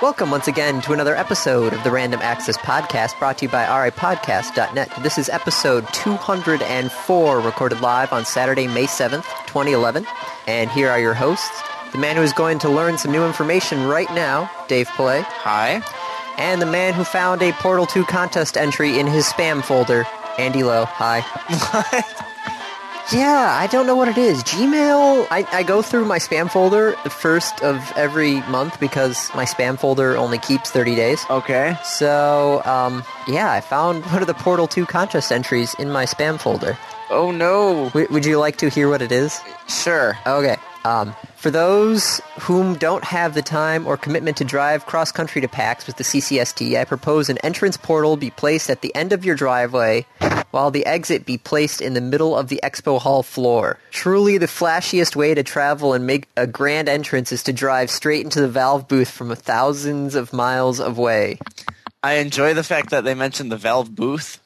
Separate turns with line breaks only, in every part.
Welcome once again to another episode of the Random Access Podcast brought to you by ripodcast.net. This is episode 204, recorded live on Saturday, May 7th, 2011. And here are your hosts the man who is going to learn some new information right now, Dave Play,
Hi.
and the man who found a Portal 2 contest entry in his spam folder, Andy Lowe. Hi. Yeah, I don't know what it is. Gmail, I, I go through my spam folder the first of every month because my spam folder only keeps 30 days.
Okay.
So, um, yeah, I found one of the Portal 2 contest entries in my spam folder.
Oh no.
W- would you like to hear what it is?
Sure.
Okay. Um, for those whom don't have the time or commitment to drive cross country to PAX with the CCST, I propose an entrance portal be placed at the end of your driveway, while the exit be placed in the middle of the expo hall floor. Truly, the flashiest way to travel and make a grand entrance is to drive straight into the Valve booth from thousands of miles away.
I enjoy the fact that they mentioned the Valve booth.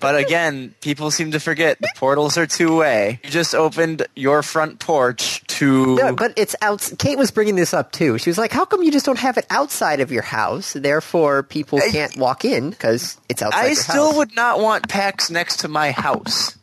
But again, people seem to forget the portals are two way. You just opened your front porch to
No, but it's out. Kate was bringing this up too. She was like, "How come you just don't have it outside of your house? Therefore, people can't walk in because it's outside."
I
your
still
house.
would not want PAX next to my house.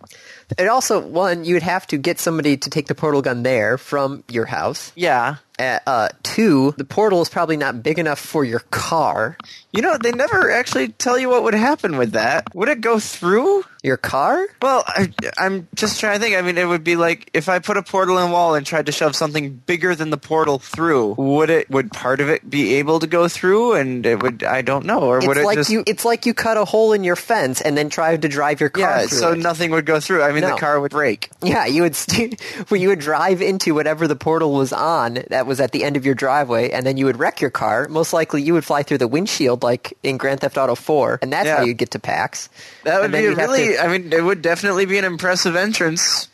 And also, one, you'd have to get somebody to take the portal gun there from your house.
Yeah.
Uh, uh, two, the portal is probably not big enough for your car.
You know, they never actually tell you what would happen with that. Would it go through?
Your car?
Well, I, I'm just trying to think. I mean, it would be like if I put a portal in wall and tried to shove something bigger than the portal through. Would it? Would part of it be able to go through? And it would. I don't know. Or would
It's
it
like
just?
you. It's like you cut a hole in your fence and then tried to drive your car.
yeah.
through
So
it.
nothing would go through. I mean,
No.
the car would break.
Yeah, you would st- well, you would drive into whatever the portal was on that was at the end of your driveway, and then you would wreck your car. Most likely, you would fly through the windshield like in Grand Theft Auto Four, and that's how
Yeah.
you get to PAX.
That would
And then
be a
you'd have to-
really. I mean, it would definitely be an impressive entrance.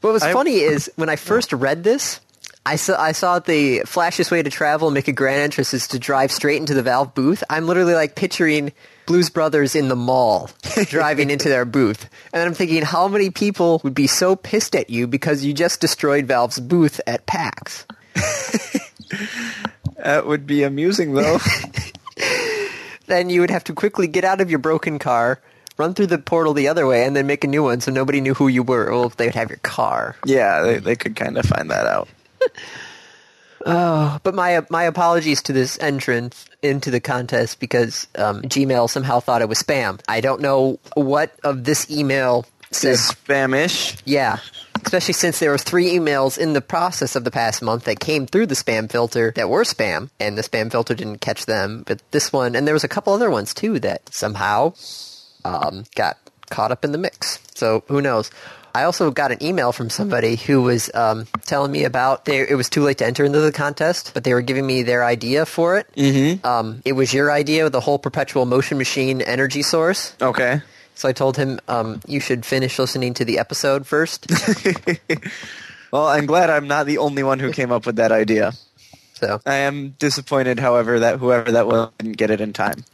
What was
I-
funny is when I first read this, I saw I saw the flashiest way to travel and make a grand entrance is to drive straight into the Valve booth. I'm literally like picturing Blues Brothers in the mall driving into their booth, and I'm thinking how many people would be so pissed at you because you just destroyed Valve's booth at PAX.
That would be amusing, though.
Then you would have to quickly get out of your broken car. Run through the portal the other way and then make a new one so nobody knew who you were. Well, they would have your car.
yeah, they, they could kind of find that out.
But my my apologies to this entrance into the contest because um, Gmail somehow thought it was spam. I don't know what of this email says.
Spamish.
Yeah, especially since there were three emails in the process of the past month that came through the spam filter that were spam, and the spam filter didn't catch them. But this one, and there was a couple other ones too that somehow um, got caught up in the mix. So who knows? I also got an email from somebody who was um, telling me about they, it was too late to enter into the contest, but they were giving me their idea for it. Mm-hmm. Um, it was your idea with the whole perpetual motion machine energy source.
Okay.
So I told him um, you should finish listening to the episode first.
Well, I'm glad I'm not the only one who came up with that idea.
So
I am disappointed, however, that whoever that was didn't get it in time.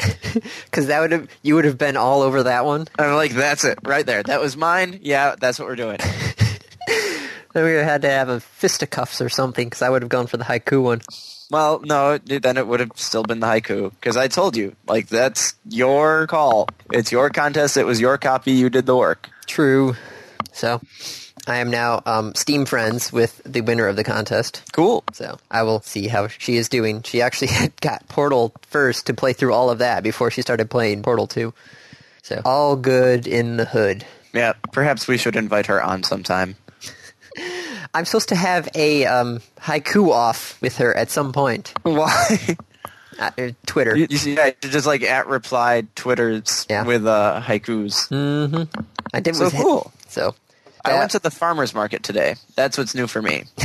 because that would have you would have been all over that one.
I'm like, that's it, right there. That was mine. Yeah, that's what we're doing.
Then we would have had to have a fisticuffs or something because I would have gone for the haiku one.
Well, no, then it would have still been the haiku because I told you, like, that's your call. It's your contest. It was your copy. You did the work.
True. So I am now um, Steam friends with the winner of the contest.
Cool.
So I will see how she is doing. She actually had got Portal first to play through all of that before she started playing Portal Two. So all good in the hood.
Yeah, perhaps we should invite her on sometime.
I'm supposed to have a um, haiku off with her at some point.
Why?
Uh, uh, Twitter.
you, you see, yeah, you just like at reply Twitters
Yeah.
with uh, haikus.
I did.
So
was-
cool.
So
I
that-
went to the farmer's market today. That's what's new for me.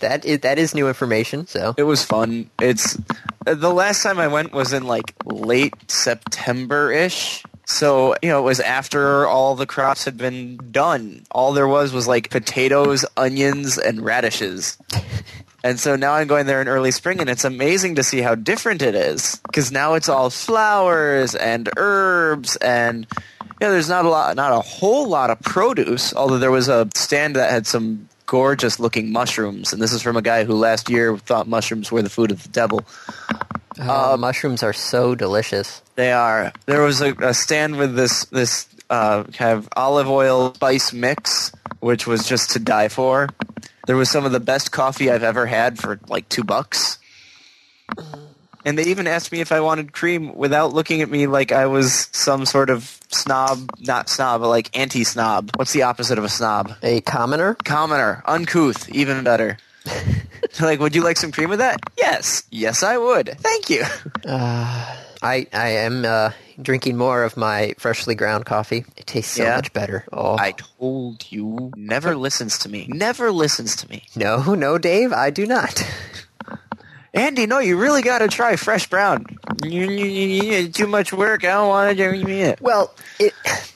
that is that is new information. So
It was fun. It's uh, the last time I went was in like late September ish. So, you know, it was after all the crops had been done. All there was was like potatoes, onions, and radishes. And so now I'm going there in early spring and it's amazing to see how different it is cuz now it's all flowers and herbs and you know, there's not a lot not a whole lot of produce, although there was a stand that had some gorgeous looking mushrooms and this is from a guy who last year thought mushrooms were the food of the devil. Uh-huh.
Oh, mushrooms are so delicious.
They are. There was a, a stand with this this uh, kind of olive oil spice mix, which was just to die for. There was some of the best coffee I've ever had for like two bucks. And they even asked me if I wanted cream without looking at me like I was some sort of snob, not snob, but like anti-snob. What's the opposite of a snob?
A commoner?
Commoner, uncouth, even better. like, would you like some cream with that? Yes. Yes, I would. Thank you.
Uh, I, I am uh, drinking more of my freshly ground coffee. It tastes so
Yeah?
much better. Oh.
I told you. Never listens to me. Never listens to me.
no, no, Dave, I do not.
Andy, no, you really got to try fresh brown. Too much work. I don't want to do it.
Well, it,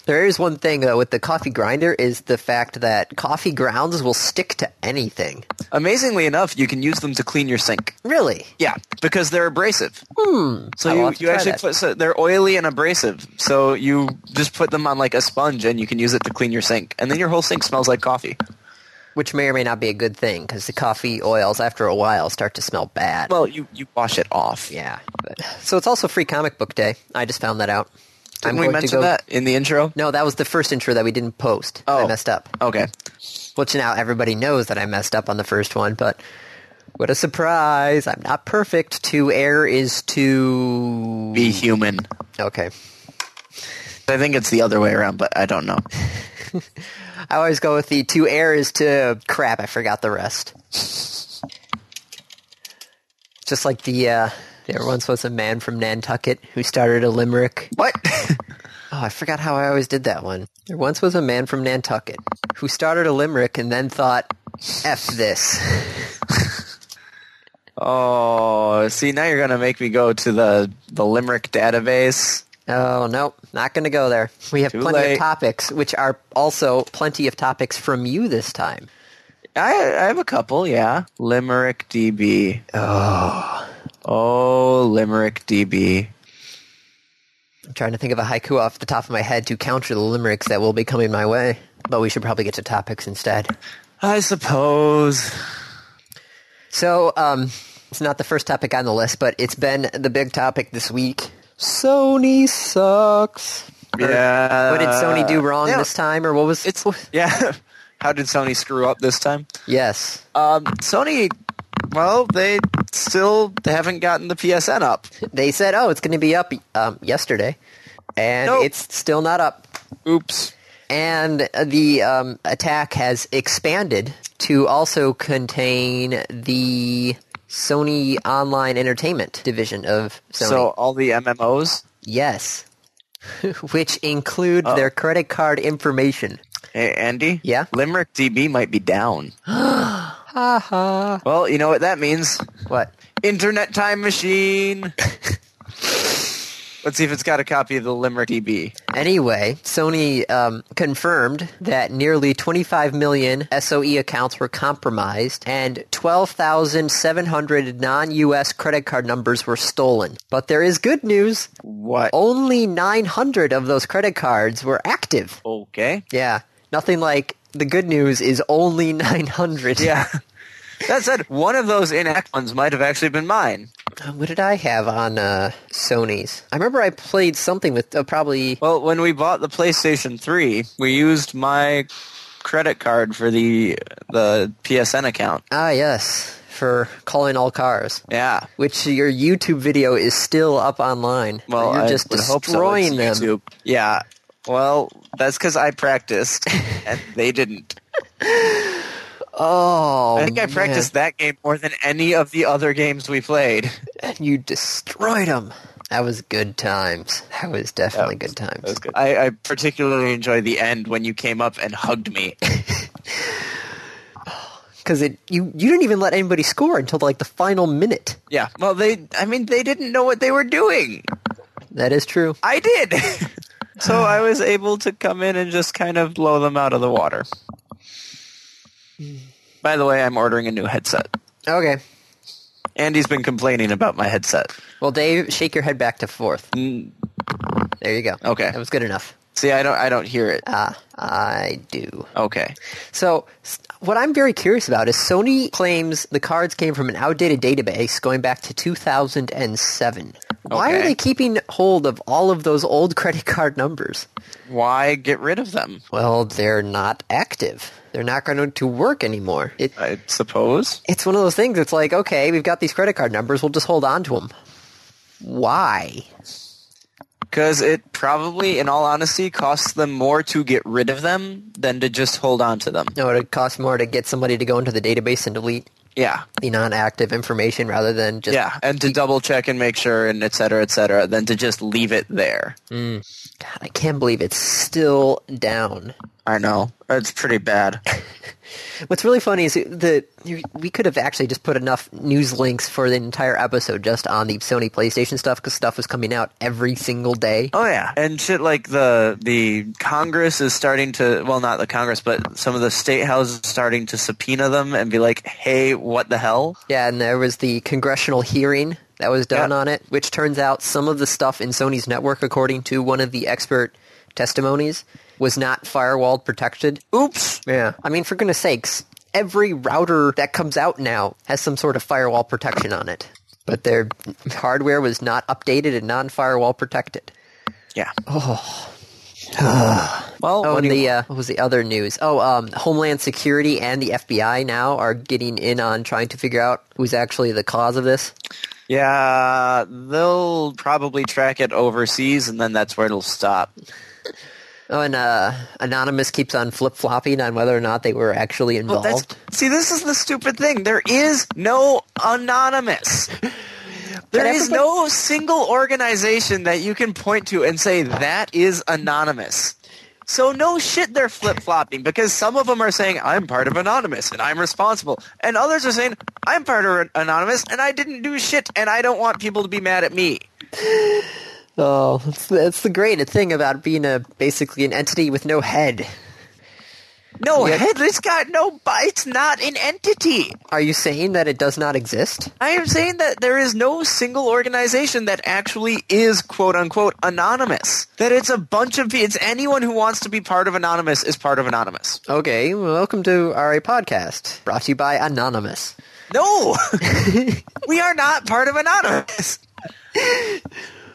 there is one thing though with the coffee grinder is the fact that coffee grounds will stick to anything.
Amazingly enough, you can use them to clean your sink.
Really?
Yeah, because they're abrasive. So
I'll
you,
have to
you
try
actually
that.
put so they're oily and abrasive. So you just put them on like a sponge, and you can use it to clean your sink, and then your whole sink smells like coffee.
Which may or may not be a good thing because the coffee oils after a while start to smell bad.
Well, you you wash it off.
yeah. But, so it's also free comic book day. I just found that out.
Didn't we mention that in the intro?
No, that was the first intro that we didn't post. I
Oh.
messed up.
Okay.
Which now everybody knows that I messed up on the first one, but what a surprise. I'm not perfect. To err is to.
Be human.
Okay.
I think it's the other way around, but I don't know.
I always go with the two errors to crap. I forgot the rest. Just like the uh, there once was a man from Nantucket who started a limerick.
What?
Oh, I forgot how I always did that one. There once was a man from Nantucket who started a limerick and then thought, "F this."
oh, see, now you're gonna make me go to the the limerick database.
Oh no, not going to go there. We have
Too
plenty of
late.
topics, which are also plenty of topics from you this time.
I I have a couple, yeah. Limerick DB. Oh, oh, Limerick DB.
I'm trying to think of a haiku off the top of my head to counter the limericks that will be coming my way. But we should probably get to topics instead.
I suppose.
So, um, it's not the first topic on the list, but it's been the big topic this week. Sony sucks. Or
Yeah.
What did Sony do wrong
Yeah.
this time, or what was?
It's yeah. How did Sony screw up this time?
yes,
Um, Sony. Well, they still haven't gotten the PSN up.
they said, "Oh, it's going to be up um, yesterday," and
Nope.
it's still not up.
Oops.
And uh, the um, attack has expanded to also contain the Sony Online Entertainment division of Sony.
So all the MMOs.
yes, which include their credit card information.
Hey, Andy?
Yeah?
Limerick DB might be down. well, you know what that means.
What?
Internet time machine. Let's see if it's got a copy of the Limerick DB.
Anyway, Sony um, confirmed that nearly 25 million SOE accounts were compromised and 12,700 non-US credit card numbers were stolen. But there is good news.
What?
only 900 of those credit cards were active.
Oh, Okay.
Yeah, nothing like the good news is only 900.
Yeah. that said, one of those inact ones might have actually been mine.
Uh, What did I have on uh, Sony's? I remember I played something with uh, probably.
Well, when we bought the PlayStation 3, we used my credit card for the the PSN account.
Ah, yes, for calling all cars.
Yeah.
Which your YouTube video is still up online.
Well,
you're
I
just
would hope so. It's
destroying them.
YouTube. Yeah. Well, that's because I practiced and they didn't.
Oh,
I think I practiced that game more than any of the other games we played.
that. You destroyed them. That was good times. That was definitely good times.
I, I particularly enjoy the end when you came up and hugged me.
because it you you didn't even let anybody score until like the final minute.
yeah. Well, they. I mean, they didn't know what they were doing.
That is true.
I did. so I was able to come in and just kind of blow them out of the water. By the way, I'm ordering a new headset.
Okay.
Andy's been complaining about my headset.
Well, Dave, shake your head back to fourth. There you go.
Mm. Okay.
that was good enough.
See, I don't I don't hear it.
Ah, I do.
Okay.
So, s- what I'm very curious about is Sony claims the cards came from an outdated database going back to 2007. Why are
Okay.
they keeping hold of all of those old credit card numbers?
Why get rid of them?
Well, they're not active. They're not going to work anymore. It,
I suppose.
it's one of those things. It's like, okay, we've got these credit card numbers. We'll just hold on to them. Why?
Because it probably, in all honesty, costs them more to get rid of them than to just hold on to them.
No, it would cost more to get somebody to go into the database and delete
Yeah.
the non-active information rather than just
Yeah. And to double check and make sure and et cetera, et cetera, than to just leave it there.
God, I can't believe it's still down.
I know. It's pretty bad.
What's really funny is the we could have actually just put enough news links for the entire episode just on the Sony PlayStation stuff because stuff was coming out every single day.
Oh yeah, and shit like the the Congress is starting to well, not the Congress, but some of the state houses starting to subpoena them and be like, "Hey, what the hell?"
Yeah, and there was the congressional hearing that was done
Yeah.
on it, which turns out some of the stuff in Sony's network, according to one of the expert testimonies, was not firewall protected.
Oops.
Yeah. I mean, for goodness sakes, every router that comes out now has some sort of firewall protection on it. But their hardware was not updated and non firewall protected.
Yeah. Oh. well,
Oh,
what
and
do you-
the uh, what was the other news? Oh, um, Homeland Security and the FBI now are getting in on trying to figure out who's actually the cause of this.
yeah, they'll probably track it overseas, and then that's where it'll stop.
Oh, and uh, Anonymous keeps on flip flopping on whether or not they were actually
Well,
involved.
Oh, that's see, this is the stupid thing. There is no anonymous. There
But
is
everybody-
no single organization that you can point to and say that is anonymous. So no shit, they're flip flopping because some of them are saying I'm part of anonymous and I'm responsible, and others are saying I'm part of anonymous and I didn't do shit and I don't want people to be mad at me.
oh, that's, that's the great thing about being a basically an entity with no head.
No,
Yeah.
head, it's got no. bi- It's not an entity.
Are you saying that it does not exist?
I am saying that there is no single organization that actually is quote unquote anonymous. That it's a bunch of it's anyone who wants to be part of anonymous is part of anonymous.
Okay, welcome to RA Podcast, brought to you by Anonymous.
No, we are not part of anonymous.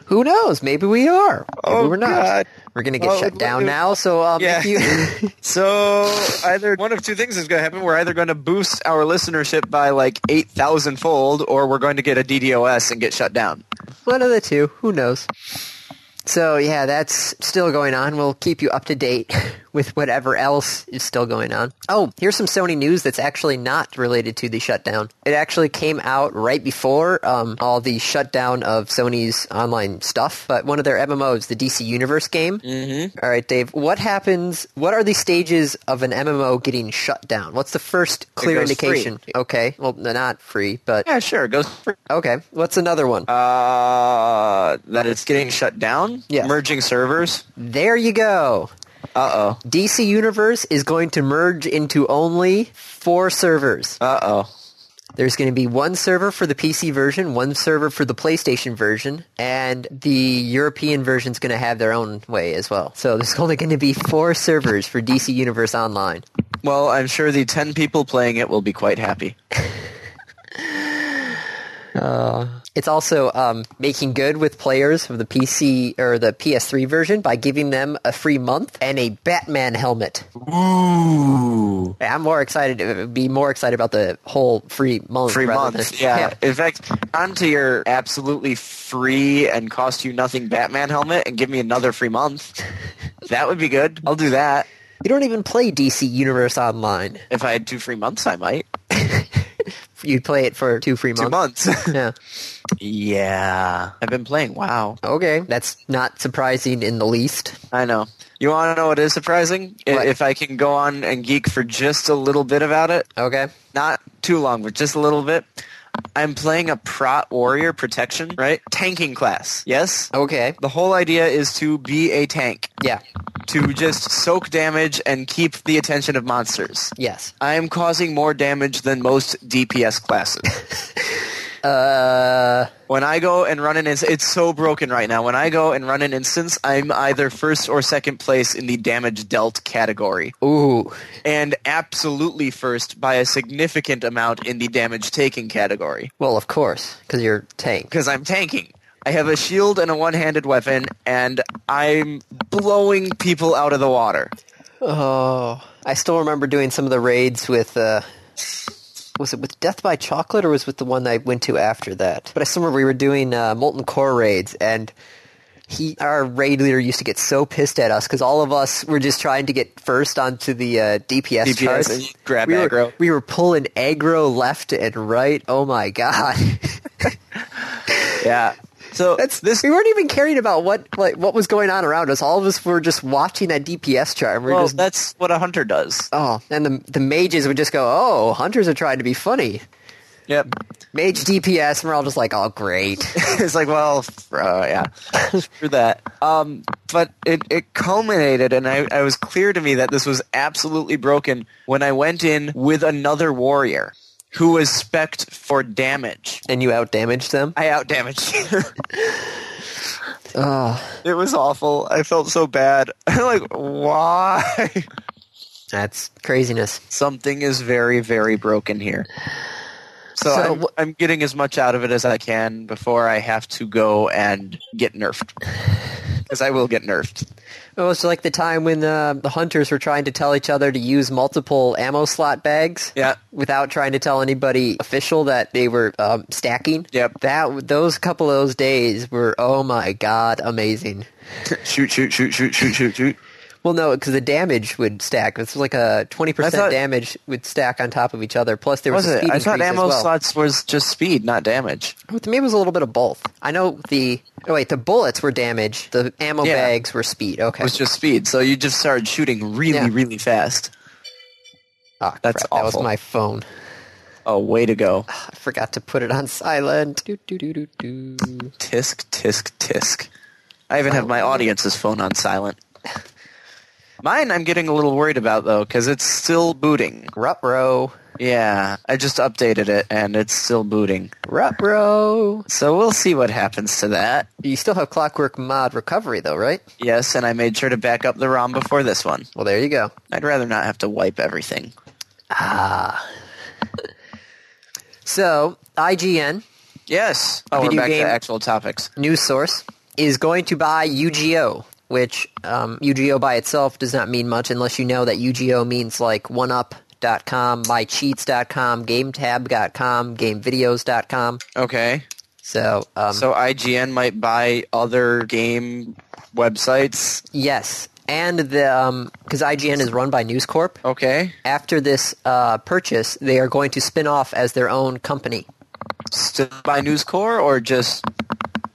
Who knows? Maybe we are. Maybe
Oh,
we're not.
God.
We're gonna get
Oh,
shut down
dude.
now. So um,
Yeah.
if you.
So either one of two things is going to happen. We're either going to boost our listenership by like eight thousand fold, or we're going to get a DDoS and get shut down.
One of the two. Who knows? So yeah, that's still going on. We'll keep you up to date with whatever else is still going on. Oh, here's some Sony news that's actually not related to the shutdown. It actually came out right before um, all the shutdown of Sony's online stuff. But one of their MMOs, the DC Universe game. Mm-hmm. right, Dave. What happens? What are the stages of an MMO getting shut down? What's the first clear
goes free.
indication? Okay, well, not free, but
Yeah, sure, go. For-
okay. What's another one?
uh, that it's getting shut down.
Yes.
merging servers.
There you go.
Uh oh.
DC Universe is going to merge into only four servers.
Uh oh.
There's going to be one server for the PC version, one server for the PlayStation version, and the European version's going to have their own way as well. So there's only going to be four servers for DC Universe Online.
Well, I'm sure the 10 people playing it will be quite happy.
It's also um, making good with players of the PC or the PS3 version by giving them a free month and a Batman helmet.
Ooh.
I'm more excited, be more excited about the whole free month.
Free
rather
month.
than-
yeah. In fact, onto your absolutely free and cost you nothing Batman helmet and give me another free month. that would be good. I'll do that.
You don't even play DC Universe Online.
If I had two free months, I might.
You play it for two free months.
Two months.
Yeah.
yeah. I've been playing. Wow.
Okay. That's not surprising in the least.
I know. You want to know what is surprising? I-
What?
If I can go on and geek for just a little bit about it.
Okay.
not too long, but just a little bit. I'm playing a prot warrior protection, right? Tanking class. Yes?
Okay.
The whole idea is to be a tank,
Yeah.
to just soak damage and keep the attention of monsters.
Yes.
I am causing more damage than most DPS classes.
Uh,
When I go and run an instance, it's so broken right now. When I go and run an instance, I'm either first or second place in the damage dealt category,
ooh,
and absolutely first by a significant amount in the damage taken category.
well, of course, because you're tank.
because I'm tanking. I have a shield and a one-handed weapon, and I'm blowing people out of the water.
Oh, I still remember doing some of the raids with. Uh, was it with Death by Chocolate or was it with the one I went to after that? But I still remember we were doing uh, Molten Core raids, and he, our raid leader, used to get so pissed at us because all of us were just trying to get first onto the uh, DPS,
DPS
charts.
and grab
we Were,
aggro.
we were pulling aggro left and right. Oh my god!
Yeah. So
That's
this.
We weren't even caring about what like what was going on around us. All of us were just watching that DPS chart. And we were
Well,
just
that's what a hunter does.
Oh, and the the mages would just go, "Oh, hunters are trying to be funny."
Yep.
Mage DPS, and we're all just like, "Oh, great."
it's like, well, f- uh, yeah, screw that. Um, but it, it culminated, and I, I was clear to me that this was absolutely broken when I went in with another warrior who was specced for damage.
and you outdamaged them.
I out damaged.
Oh,
it was awful. I felt so bad. I'm like, why?
that's craziness.
Something is very, very broken here. So,
So
I'm,
wh-
I'm getting as much out of it as I can before I have to go and get nerfed. Because I will get nerfed.
It was Oh, like the time when uh, the hunters were trying to tell each other to use multiple ammo slot bags.
Yeah.
Without trying to tell anybody official that they were um, stacking.
Yep.
That those couple of those days were oh my god amazing.
Shoot, shoot, shoot, shoot, shoot, shoot, shoot.
Well, no, because the damage would stack. It's like a twenty
I thought-
percent damage would stack on top of each other. Plus, there was,
Was
a
it?
speed
I thought
increase as
ammo
well.
slots was just speed, not damage.
Well, To me, it was a little bit of both. I know the oh wait, the bullets were damage. The ammo
Yeah.
bags were speed. Okay,
It was just speed. So you just started shooting really,
Yeah.
really fast.
Ah,
that's
crap, that was
awful.
my phone.
Oh, way to go.
I forgot to put it on silent. Do, do, do, do, do.
Tisk, tisk, tisk. I even have my audience's phone on silent. Mine, I'm getting a little worried about though, because it's still booting.
Ruh-roh.
Yeah, I just updated it and it's still booting.
Ruh-roh.
So we'll see what happens to that.
You still have Clockwork Mod recovery though, right?
Yes, and I made sure to back up the ROM before this one.
Well, there you go.
I'd rather not have to wipe everything.
So IGN
Yes. Oh,
Video
we're back
game-
to actual topics.
news source is going to buy UGO, which um, UGO by itself does not mean much unless you know that UGO means like oneup.com, mycheats.com, gametab.com, gamevideos.com.
Okay.
So, um,
So IGN might buy other game websites.
yes. And the um, because IGN is run by News Corp.
Okay.
After this uh, purchase, they are going to spin off as their own company.
Still by News Corp or just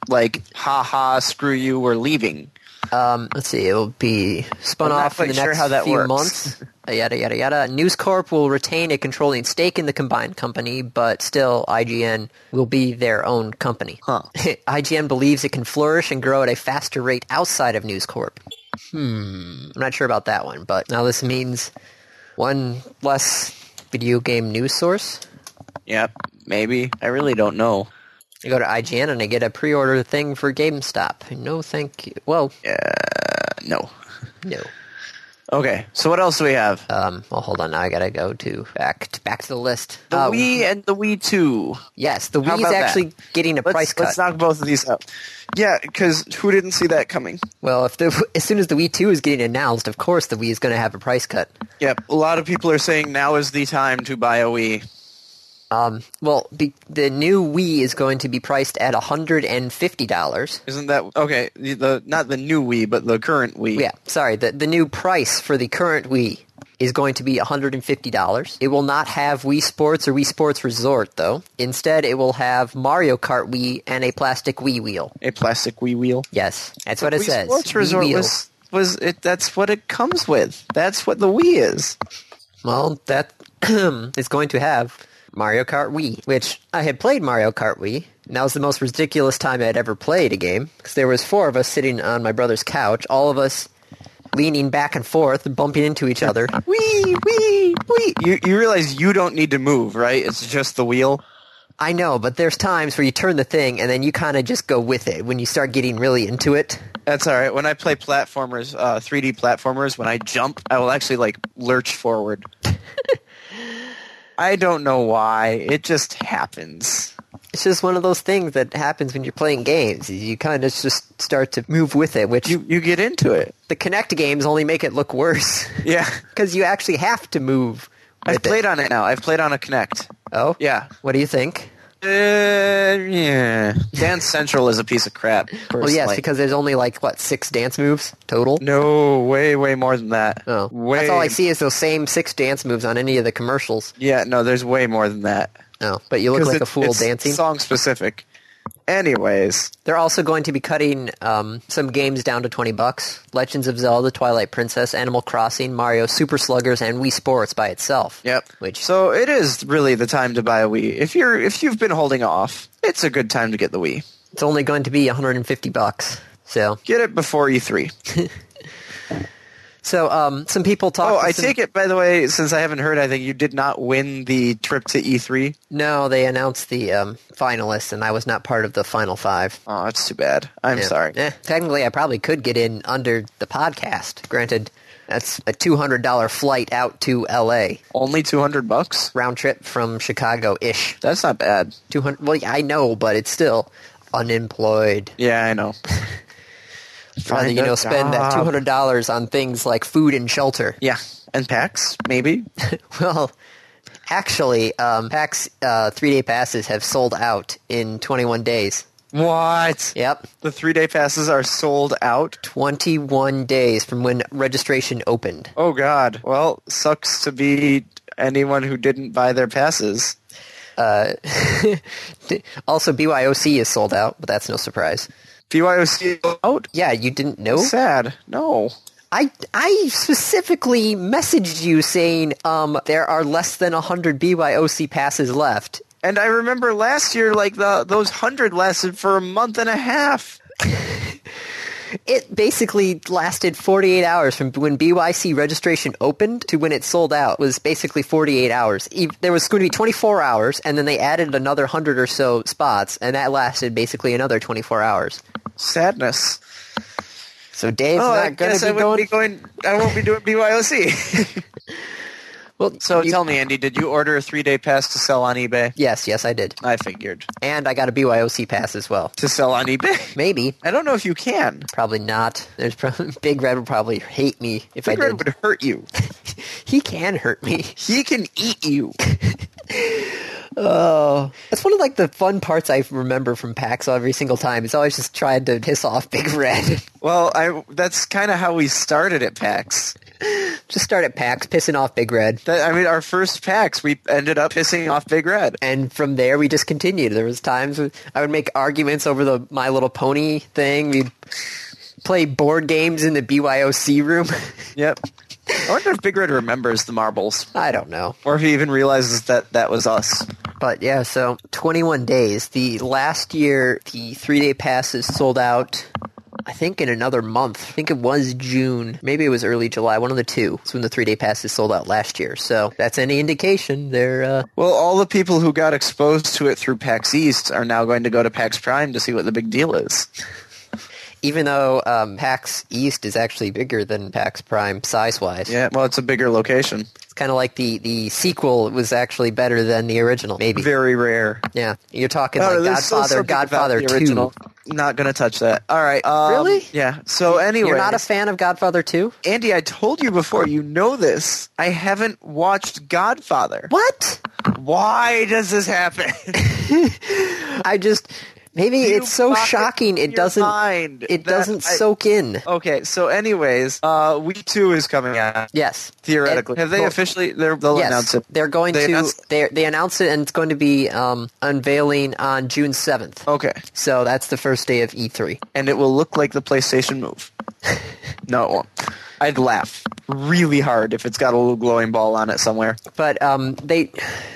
like, ha ha, screw you, we're leaving?
Um, let's see, it'll be spun
I'm not
off in the
quite sure
next
how that
few
works.
months. Uh, Yada yada yada. News Corp will retain a controlling stake in the combined company, but still IGN will be their own company.
Huh.
IGN believes it can flourish and grow at a faster rate outside of News Corp. Hmm. I'm not sure about that one, but now this means one less video game news source.
Yep, maybe. I really don't know.
I go to IGN and I get a pre-order thing for GameStop. No, thank you. Well,
Uh, no.
no.
Okay, so what else do we have?
Um, well, hold on. Now I gotta go to back to, back to the list.
The
Uh,
Wii and the Wii 2.
yes, the
How
Wii is
about that?
actually getting a
Let's,
price cut.
let's knock both of these out. Yeah, because who didn't see that coming?
well, if the as soon as the Wii Two is getting announced, of course the Wii is gonna have a price cut.
Yep, a lot of people are saying now is the time to buy a Wii.
Um, well, be, the new Wii is going to be priced at hundred and fifty dollars.
Isn't that okay? The, the not the new Wii, but the current Wii.
Yeah, sorry. The the new price for the current Wii is going to be $150. It will not have Wii Sports or Wii Sports Resort though. Instead, it will have Mario Kart Wii and a plastic Wii wheel.
a plastic Wii wheel.
Yes, that's what it
Wii
says.
Sports
Wii
Resort
wheel.
was was it? That's what it comes with. That's what the Wii is.
Well, that is going to have Mario Kart Wii, which I had played Mario Kart Wii. And that was the most ridiculous time I'd ever played a game because there was four of us sitting on my brother's couch, all of us leaning back and forth, and bumping into each other.
Wii, Wii, Wii. You you realize you don't need to move, right? It's just the wheel.
I know, but there's times where you turn the thing and then you kind of just go with it when you start getting really into it.
That's all right. When I play platformers, uh, 3D platformers, when I jump, I will actually like lurch forward. I don't know why. It just happens.
It's just one of those things that happens when you're playing games. You kind of just start to move with it, which
You you get into it.
the Kinect games only make it look worse
Yeah.
because you actually have to move. With
I've played
It.
on it now. I've played on a Connect.
Oh,
Yeah.
What do you think?
Uh, yeah. Dance Central is a piece of crap.
Well, yes,
personally.
because there's only like what six dance moves total.
no, way way more than that.
Oh.
Way,
That's all I see is those same six dance moves on any of the commercials.
Yeah, no, there's way more than that.
Oh, but you look
'Cause
like
it-
a fool
it's
dancing.
Song specific. Anyways,
They're also going to be cutting um, some games down to 20 bucks. Legends of Zelda, Twilight Princess, Animal Crossing, Mario, Super Sluggers, and Wii Sports by itself.
yep.
Which
So it is really the time to buy a Wii. If you're if you've been holding off, it's a good time to get the Wii.
it's only going to be 150 bucks. So,
Get it before E E3. so
so um, some people talk.
oh,
to
I
some-
take it by the way, since I haven't heard, I think you did not win the trip to E E3.
No, they announced the um, finalists, and I was not part of the final five.
Oh, that's too bad. I'm
Yeah.
sorry.
Eh, technically, I probably could get in under the podcast. Granted, that's a $200 flight out to L.A.
Only 200 bucks?
round trip from Chicago ish.
That's not bad.
200 well yeah, I know but it's still unemployed
Yeah, I know.
rather
Find
you
a
know spend that
job.
$200 on things like food and shelter
Yeah, and packs maybe.
well actually um, PAX uh, 3-day passes have sold out in 21 days
what?
yep
The three day passes are sold out.
21 days from when registration opened
Oh God. Well, sucks to be anyone who didn't buy their passes.
also BYOC is sold out but that's no surprise
BYOC out.
yeah you didn't know
Sad. No.
I I specifically messaged you saying um there are less than 100 BYOC passes left.
And I remember last year, like the those hundred lasted for a month and a half.
It basically lasted 48 hours from when BYC registration opened to when it sold out was basically 48 hours. E- There was going to be 24 hours and then they added another 100 or so spots and that lasted basically another 24 hours.
Sadness.
So Dave's
oh, I
not going
guess
to
I
be
wouldn't
going
be going. I won't be doing BYOC.
Well,
so
you-
tell me, Andy, did you order a three day pass to sell on eBay?
Yes, yes I did.
I figured
And I got a BYOC pass as well.
to sell on eBay.
Maybe
I don't know if you can.
Probably not. There's probably, Big Red would probably hate me if I
Big Red
did.
would hurt you.
he can hurt me.
He can eat you.
Oh, that's one of like the fun parts I remember from PAX every single time. It's always just trying to piss off Big Red.
Well, I that's kind of how we started at PAX.
just start at PAX, pissing off Big Red,
That, I mean, our first PAX, we ended up pissing off Big Red.
and from there we just continued. There was times when I would make arguments over the My Little Pony thing. We'd play board games in the BYOC room.
Yep. I wonder if Big Red remembers the marbles,
I don't know.
or if he even realizes that that was us.
But yeah, so 21 days. The last year, the three day passes sold out. I think in another month. I think it was June. Maybe it was early July. One of the two. It's when the three day passes sold out last year. So that's any indication. They're uh,
Well, all the people who got exposed to it through PAX East are now going to go to PAX Prime to see what the big deal is.
even though um, PAX East is actually bigger than PAX Prime size wise.
Yeah, well, it's a bigger location.
It's kind of like the the sequel was actually better than the original. Maybe.
Very rare.
Yeah. You're talking
Oh,
like
there's still
Godfather,
something about
Godfather
the
2.
original. Not going to touch that. All right. um,
Really?
Yeah. So anyway,
You're not a fan of Godfather 2?
Andy, I told you before, you know this. I haven't watched Godfather.
What?
Why does this happen?
I just maybe it's so
block it
shocking
in
it
your
doesn't
mind
it
that
doesn't
I-
soak in.
okay, so anyways, uh We 2 is coming out
Yes,
theoretically.
And-
Have they
well,
officially they're, they'll announce
Yes,
it.
they're going
They
to
announced-
they they announce it and it's going to be um, unveiling on June seventh.
Okay.
So that's the first day of E three.
And it will look like the PlayStation Move. no, it won't. I'd laugh. really hard if it's got a little glowing ball on it somewhere.
But um, they,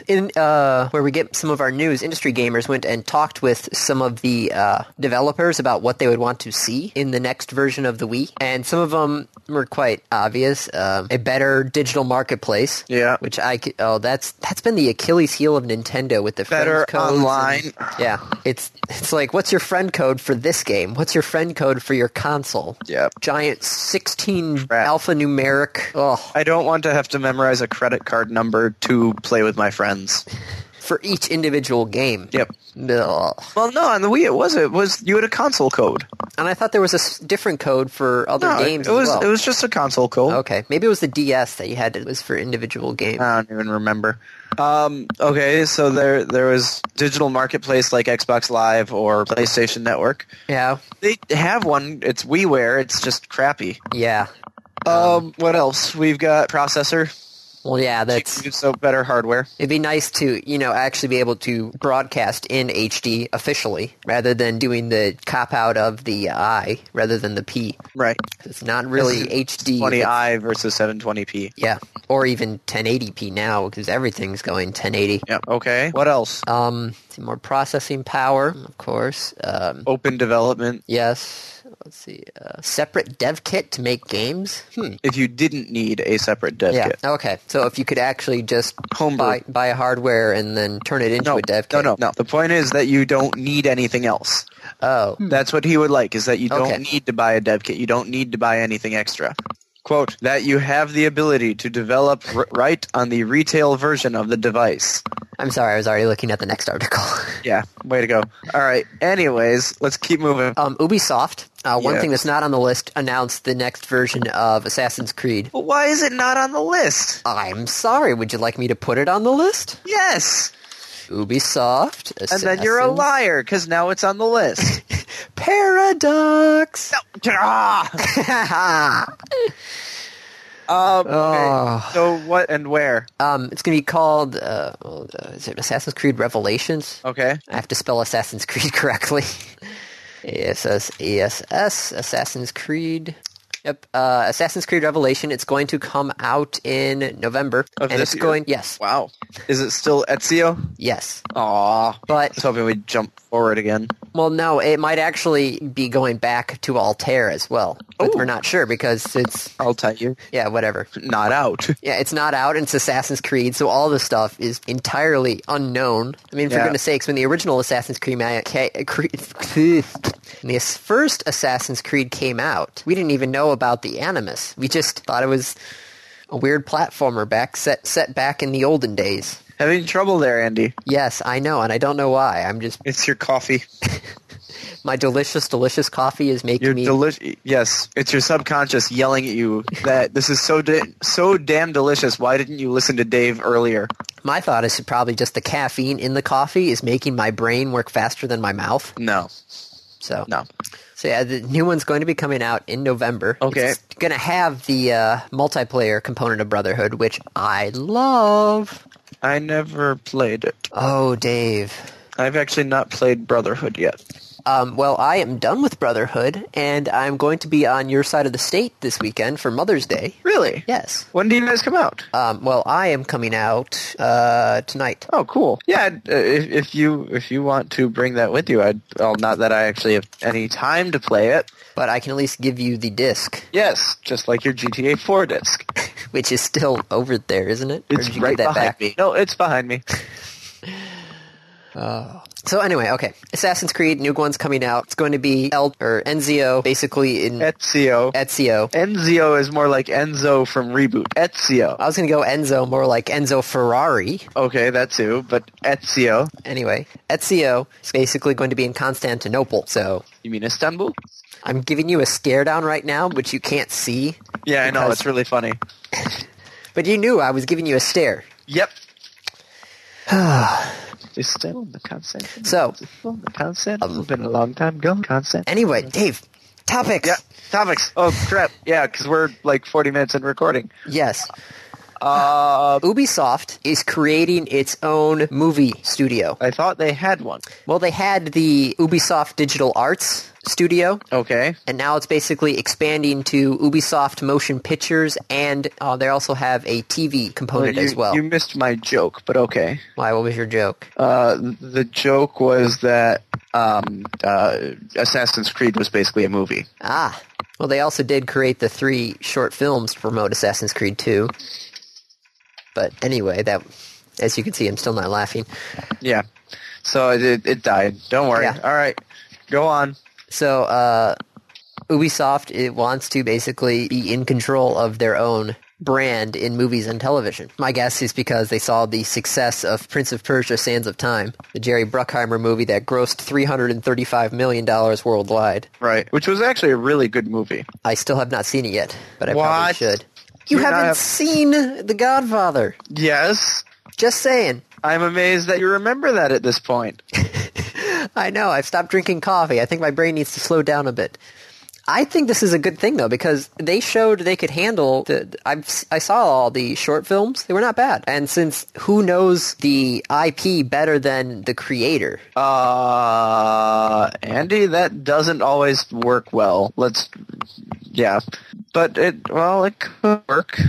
in uh, where we get some of our news, industry gamers went and talked with some of the uh, developers about what they would want to see in the next version of the Wii, and some of them were quite obvious: um, a better digital marketplace.
Yeah.
which I c- oh that's that's been the Achilles heel of Nintendo with the friends
Better
codes and-
online.
yeah, it's it's like what's your friend code for this game? What's your friend code for your console?
Yep.
giant sixteen
Crap.
alphanumeric. Oh,
I don't want to have to memorize a credit card number to play with my friends.
for each individual game.
Yep.
Ugh.
Well, no, on the Wii it was it was you had a console code.
And I thought there was a s- different code for other
No,
games
it was
as well.
it was just a console code.
okay, maybe it was the DS that you had. It was for individual games.
I don't even remember. Um, okay, so there there was digital marketplace like Xbox Live or PlayStation Network.
yeah,
They have one. It's WiiWare. It's just crappy.
yeah.
Um, what else? We've got processor.
Well, yeah. That's
so better hardware.
it'd be nice to you know actually be able to broadcast in HD officially rather than doing the cop out of the I rather than the P.
Right.
It's not really HD.
20i versus 720p.
Yeah, or even 1080p now because everything's going 1080.
Yep. Okay. What else?
Um, some more processing power, of course. Um,
Open development.
Yes. Let's see. Uh, separate dev kit to make games. Hmm.
If you didn't need a separate dev
Yeah.
kit.
Okay. So if you could actually just
Homebrew.
buy buy hardware and then turn it into
No,
a dev
no,
kit.
no, no. The point is that you don't need anything else.
Oh.
That's what he would like, is that you don't
Okay.
need to buy a dev kit. You don't need to buy anything extra. Quote, that you have the ability to develop r- right on the retail version of the device.
I'm sorry. I was already looking at the next article.
Yeah, way to go. All right. Anyways, let's keep moving.
um, Ubisoft. Uh, one
Yeah.
thing that's not on the list announced the next version of Assassin's Creed.
But why is it not on the list?
I'm sorry. Would you like me to put it on the list?
Yes.
Ubisoft.
And then you're a
Assassin's-
liar because now it's on the list.
Paradox.
Ah! um,
Oh.
okay. So what and where?
Um, it's going to be called. Uh, well, uh, is it Assassin's Creed Revelations?
Okay.
I have to spell Assassin's Creed correctly. E ASS ASS Assassin's Creed. Yep, uh, Assassin's Creed Revelation. It's going to come out in November,
Of
and
this
it's
year?
going yes,
Wow. Is it still Ezio?
yes.
Aw. I
But
was hoping we'd jump forward again.
well, no, it might actually be going back to Altair as well, but
Ooh.
we're not sure because it's
I'll tell you.
yeah, whatever.
Not out.
Yeah, it's not out, and it's Assassin's Creed, so all this stuff is entirely unknown. I mean, for
Yeah.
goodness sakes, when the original Assassin's Creed, ma- ca- Creed when the first Assassin's Creed came out, we didn't even know about the Animus. We just thought it was a weird platformer back set set back in the olden days.
Having trouble there, Andy.
Yes, I know, and I don't know why. I'm just
It's your coffee.
my delicious, delicious coffee is making
Your
me.
delicious. Yes, it's your subconscious yelling at you that this is so da- so damn delicious. Why didn't you listen to Dave earlier?
my thought is probably just the caffeine in the coffee is making my brain work faster than my mouth.
No,
So
no.
So yeah, the new one's going to be coming out in November.
Okay.
it's going to have the uh, multiplayer component of Brotherhood, which I love.
I never played it.
Oh, Dave.
I've actually not played Brotherhood yet.
Um, well, I am done with Brotherhood, and I'm going to be on your side of the state this weekend for Mother's Day.
Really?
Yes.
When do you guys come out?
Um, well, I am coming out uh, tonight.
Oh, cool. Yeah, I'd- uh, if, if you if you want to bring that with you, I'd. Well, not that I actually have any time to play it.
but I can at least give you the disc,
Yes, just like your GTA 4 disc.
which is still over there, isn't it? Or
It's
did you
right
give that
behind
back?
me. No, it's behind me.
So anyway, okay, Assassin's Creed, new one's coming out. It's going to be El or Enzio, basically in
Ezio.
Ezio.
Enzio is more like Enzo from Reboot. Ezio.
I was going to go Enzo, more like Enzo Ferrari.
Okay, that too, but Ezio.
Anyway, Ezio is basically going to be in Constantinople. So
You mean Istanbul?
I'm giving you a scare down right now, which you can't see.
Yeah, I know.
Because-
It's really funny.
But you knew I was giving you a stare.
Yep. Istanbul, the Constantinople.
So-
Istanbul, the Constantinople. Been a long time gone. Constantinople.
Anyway, Dave, topics.
Yeah, topics. Oh crap. Yeah, because we're like 40 minutes in recording.
Yes.
Uh,
Ubisoft is creating its own movie studio.
I thought they had one.
Well, they had the Ubisoft Digital Arts studio,
Okay.
and now it's basically expanding to Ubisoft Motion Pictures, and uh, they also have a TV component
you,
as well.
You missed my joke, but okay.
Why? What was your joke?
Uh, the joke was that um, uh, Assassin's Creed was basically a movie.
Ah, well, they also did create the three short films to promote Assassin's Creed 2. But anyway, that as you can see, I'm still not laughing.
Yeah. So it- it, it died. Don't worry.
Yeah.
All right. Go on.
So, uh, Ubisoft it wants to basically be in control of their own brand in movies and television. My guess is because they saw the success of Prince of Persia: Sands of Time, the Jerry Bruckheimer movie that grossed 335 million dollars worldwide.
Right. Which was actually a really good movie.
I still have not seen it yet, but I probably
What?
should. You
You're not
haven't
have-
seen The Godfather.
Yes.
Just saying.
I'm amazed that you remember that at this point.
I know. I've stopped drinking coffee. I think my brain needs to slow down a bit. I think this is a good thing though because they showed they could handle the. I've, I saw all the short films; they were not bad. And since who knows the IP better than the creator?
Uh, Andy, that doesn't always work well. Let's, yeah, but it well, it could work.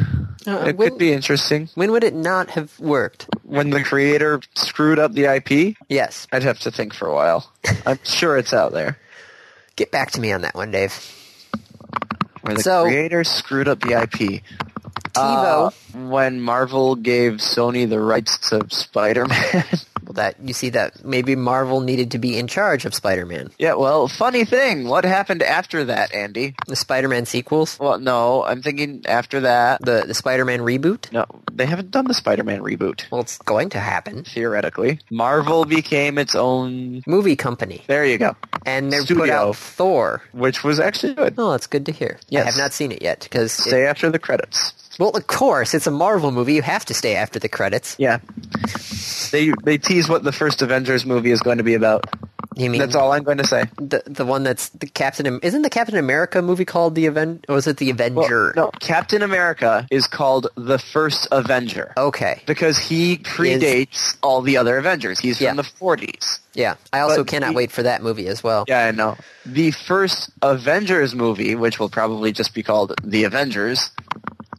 Uh,
it
when-
could be interesting
When would it not have worked?
when the creator screwed up the IP.
Yes,
I'd have to think for a while. I'm sure it's out there
get back to me on that one, Dave.
where the
So-
creator screwed up the IP. Uh, when Marvel gave Sony the rights to Spider-Man.
Well, that you see that maybe Marvel needed to be in charge of Spider-Man,
yeah, well, funny thing, what happened after that, Andy?
the Spider-Man sequels,
Well, no, I'm thinking after that.
the the Spider-Man reboot.
No, they haven't done the Spider-Man reboot.
Well, it's going to happen.
Theoretically, Marvel became its own.
Movie company.
There you go.
and they put
Studio.
out Thor.
Which was actually good.
Oh, that's good to hear. I
Yes.
have not seen it yet because,
Stay after the credits.
well, of course, it's a Marvel movie. You have to stay after the credits.
Yeah, they they tease what the first Avengers movie is going to be about.
You mean
That's all I'm going to say.
the the one that's the Captain? Am- Isn't the Captain America movie called the Aven? Or was it the
Well,
Avenger?
No, Captain America is called the first Avenger
Okay.
because he predates all the other Avengers. He's
Yeah.
from the 40s.
Yeah. I also
But
cannot
the-
wait for that movie as well.
Yeah, I know. The first Avengers movie, which will probably just be called The Avengers,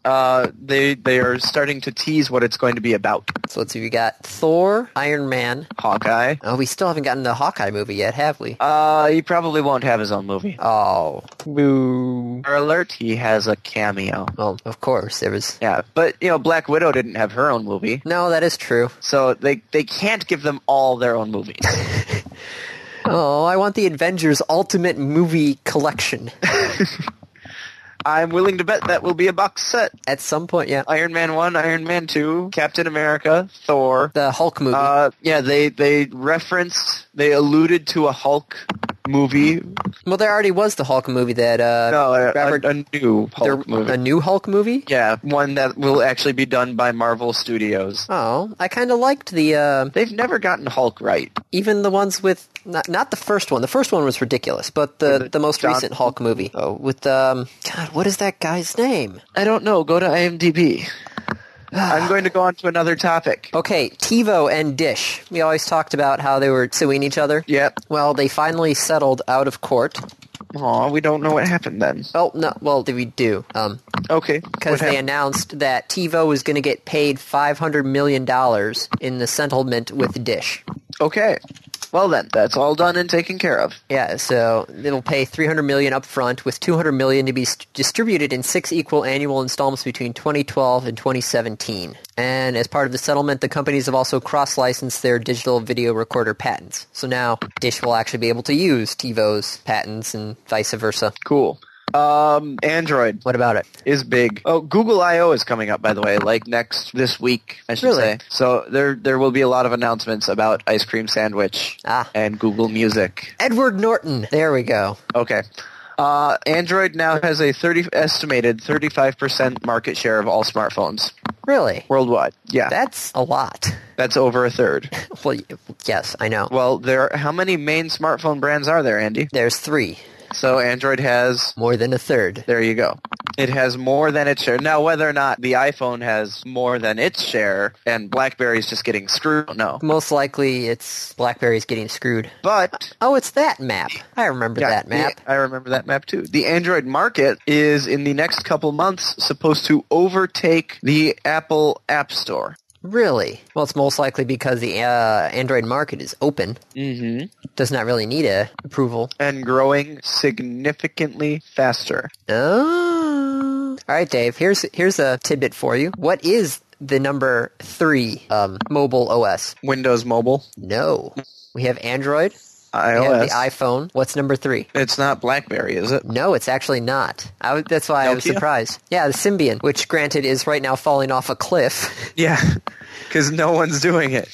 uh, they they are starting to tease what it's going to be about.
So let's see. We got Thor, Iron Man.
Hawkeye.
Oh, we still haven't gotten the Hawkeye movie yet, have we?
Uh, he probably won't have his own movie.
Oh. Boo.
Spoiler alert, he has a cameo.
Well, of course there was.
Yeah, but you know, Black Widow didn't have her own movie,
No, that is true.
so they they can't give them all their own movies.
Oh, I want the Avengers Ultimate Movie Collection.
I'm willing to bet that will be a box set:
At some point, yeah.
Iron Man One, Iron Man Two, Captain America, Thor.
The Hulk movie.
Uh, yeah, they they referenced, they alluded to a Hulk movie.
well, there already was the Hulk movie that uh,
No, a,
Robert-
a, a new
there-
Hulk movie.
a new Hulk movie.
yeah, one that will actually be done by Marvel Studios.
Oh, I kind of liked the uh,
They've never gotten Hulk right.
even the ones with not, not the first one. The first one was ridiculous, but the the,
the
most
John-
recent Hulk movie oh, with um God, what is that guy's name?
I don't know. Go to IMDb. I'm going to go on to another topic.
Okay, TiVo and Dish. We always talked about how they were suing each other.
Yep.
Well, they finally settled out of court.
Aw, we don't know what happened then.
Oh no! Well, did we do? Um,
Okay.
because
What
they
happened?
announced that TiVo was going to get paid five hundred million dollars in the settlement with Dish.
okay. Well then, that's all done and taken care of.
Yeah, so it'll pay 300 million up front with 200 million to be s distributed in six equal annual installments between 2012 and 2017. And as part of the settlement, the companies have also cross-licensed their digital video recorder patents. So now Dish will actually be able to use TiVo's patents and vice versa.
Cool. Um, Android
What about it?
is big. Oh, Google I/O is coming up, by the way, like next this week, I should
Really?
say. So there, there will be a lot of announcements about Ice Cream Sandwich
Ah.
and Google Music.
Edward Norton. There we go.
Okay. Uh, Android now has a 30 estimated 35% market share of all smartphones
Really?
worldwide. Yeah.
That's a lot.
That's over a third.
Well, y- yes, I know.
Well, there. How many main smartphone brands are there, Andy?
There's three.
So Android has
More than a third.
There you go. It has more than its share. Now, whether or not the iPhone has more than its share and BlackBerry's just getting screwed, no.
Most likely it's Blackberry's getting screwed.
But
Oh, it's that map. I remember
Yeah,
that map.
the- I remember that map too. The Android market is in the next couple months supposed to overtake the Apple App Store.
Really? Well, it's most likely because the uh, Android market is open.
Mm-hmm.
Does not really need a approval.
And growing significantly faster.
Oh. All right, Dave. Here's here's a tidbit for you. What is the number three um, mobile OS?
Windows Mobile,
No, we have Android. We have
iOS.
the iPhone. What's number three?
it's not BlackBerry, is it?
No, it's actually not. I, w- that's why I was
Nokia?
surprised. Yeah, the Symbian, which granted is right now falling off a cliff,
Yeah, because no one's doing it.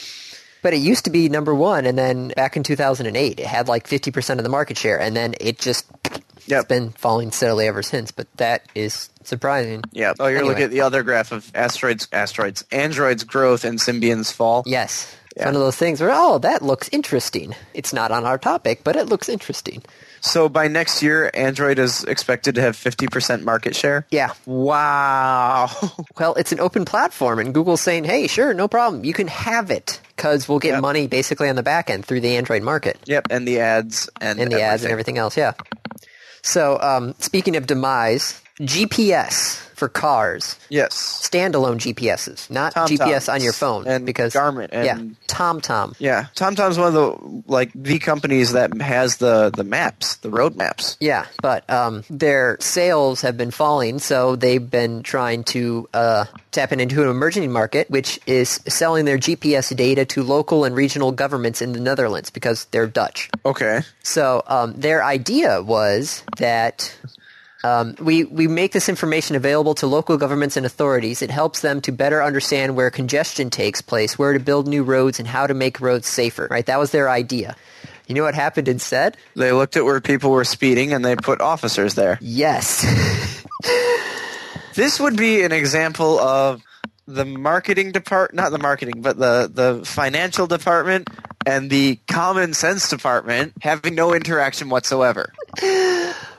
but it used to be number one, and then back in 2008, it had like 50% of the market share, and then it just it's
Yep.
been falling steadily ever since. But that is surprising.
Yeah. Oh, you're
Anyway.
looking at the other graph of asteroids, asteroids, androids' growth and symbion's fall.
Yes. It's
Yeah.
one of those things where, oh, that looks interesting. It's not on our topic, but it looks interesting.
So by next year, Android is expected to have 50% market share.
Yeah.
Wow.
Well, it's an open platform, and Google's saying, hey, sure, no problem. You can have it because we'll get
Yep.
money basically on the back end through the Android market
yep, and the ads and,
and the ads and everything else. Yeah. So, um, speaking of demise, GPS for cars,
Yes.
standalone GPSs, not
TomToms
GPS on your phone.
and
because
Garmin and-
yeah, TomTom.
Yeah. TomTom's one of the like the companies that has the the maps, the road maps.
Yeah, but um, their sales have been falling, so they've been trying to uh, tap into an emerging market, which is selling their GPS data to local and regional governments in the Netherlands because they're Dutch.
Okay.
So um, their idea was that um, we we make this information available to local governments and authorities. It helps them to better understand where congestion takes place, where to build new roads, and how to make roads safer. Right? That was their idea. You know what happened instead?
They looked at where people were speeding and they put officers there.
Yes.
This would be an example of the marketing depart not the marketing, but the, the financial department and the common sense department having no interaction whatsoever.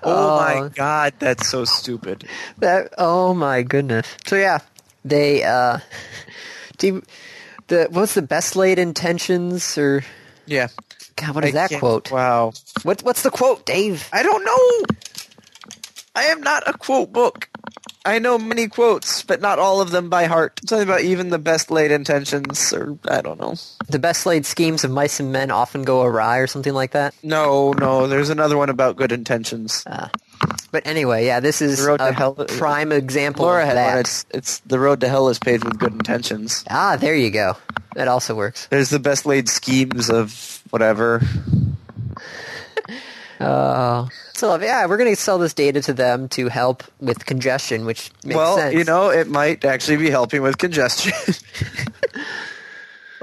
Oh,
Oh.
my god, that's so stupid.
That oh my goodness. So yeah, they uh, do the what's the best laid intentions or
Yeah.
God? What is
I
that
can't-
quote?
Wow.
What what's the quote, Dave?
I don't know. I am not a quote book. I know many quotes, but not all of them by heart. Something about even the best laid intentions, or I don't know.
The best laid schemes of mice and men often go awry, or something like that.
No, no, there's another one about good intentions.
But anyway, yeah, this is
The road to
a
hell-
prime example
Laura
of
had one.
that.
It's, it's the road to hell is paved with good intentions.
Ah, there you go. That also works.
There's the best laid schemes of whatever.
Oh, so yeah, we're gonna sell this data to them to help with congestion, which makes
well,
sense.
you know, it might actually be helping with congestion.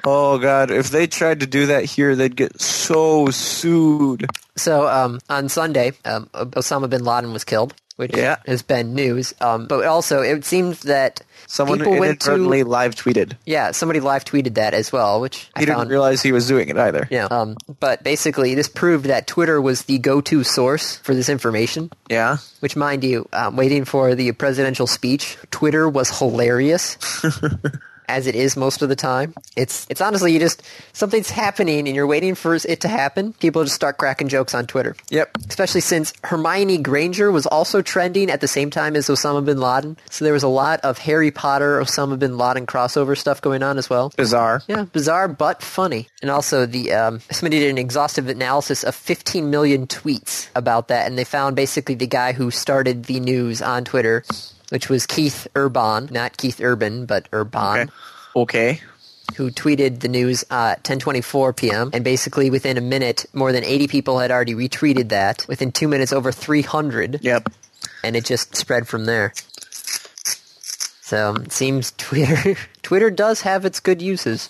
oh god, if they tried to do that here, they'd get so sued.
So um, on Sunday, um, Osama bin Laden was killed, which
Yeah.
has been news. Um, but also, it seems that
Someone
people went
inadvertently
to
live tweeted.
yeah, somebody live tweeted that as well, which
He
I
didn't
found.
realize he was doing it either.
yeah, um, but basically, this proved that Twitter was the go-to source for this information.
Yeah.
Which, mind you, um, waiting for the presidential speech, Twitter was hilarious, as it is most of the time. It's it's honestly you just something's happening and you're waiting for it to happen. People just start cracking jokes on Twitter
Yep.
especially since Hermione Granger was also trending at the same time as Osama bin Laden. So there was a lot of Harry Potter, Osama bin Laden crossover stuff going on as well.
Bizarre.
Yeah, bizarre but funny. And also, the um, somebody did an exhaustive analysis of 15 million tweets about that, and they found basically the guy who started the news on Twitter, which was Keith Urban, not Keith Urban, but Urban
Okay. Okay.
who tweeted the news uh, at 10:24 p.m. and basically within a minute more than 80 people had already retweeted that within 2 minutes over 300
Yep.
and it just spread from there. So it seems Twitter Twitter does have its good uses.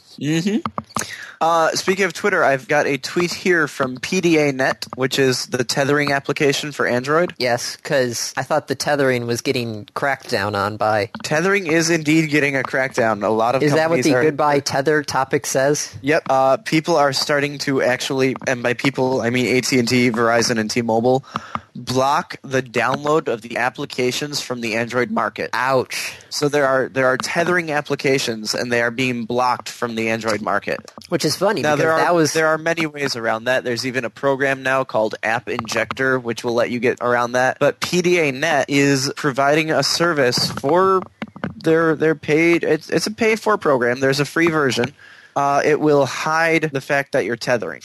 Uh, speaking of Twitter, I've got a tweet here from PDA Net, which is the tethering application for Android.
Yes, cuz I thought the tethering was getting cracked down on by
Tethering is indeed getting a crackdown. A lot of
Is that what
companies
the
are-
goodbye tether topic says?
Yep. Uh, people are starting to actually, and by people I mean AT and T, Verizon, and T-Mobile, block the download of the applications from the Android market.
Ouch.
So there are there are tethering applications, and they are being blocked from the Android market.
Which is funny
Now
because
there are
that was
there are many ways around that. There's even a program now called App Injector, which will let you get around that. But PDA Net is providing a service for their their paid. It's it's a pay for program. There's a free version. Uh, it will hide the fact that you're tethering.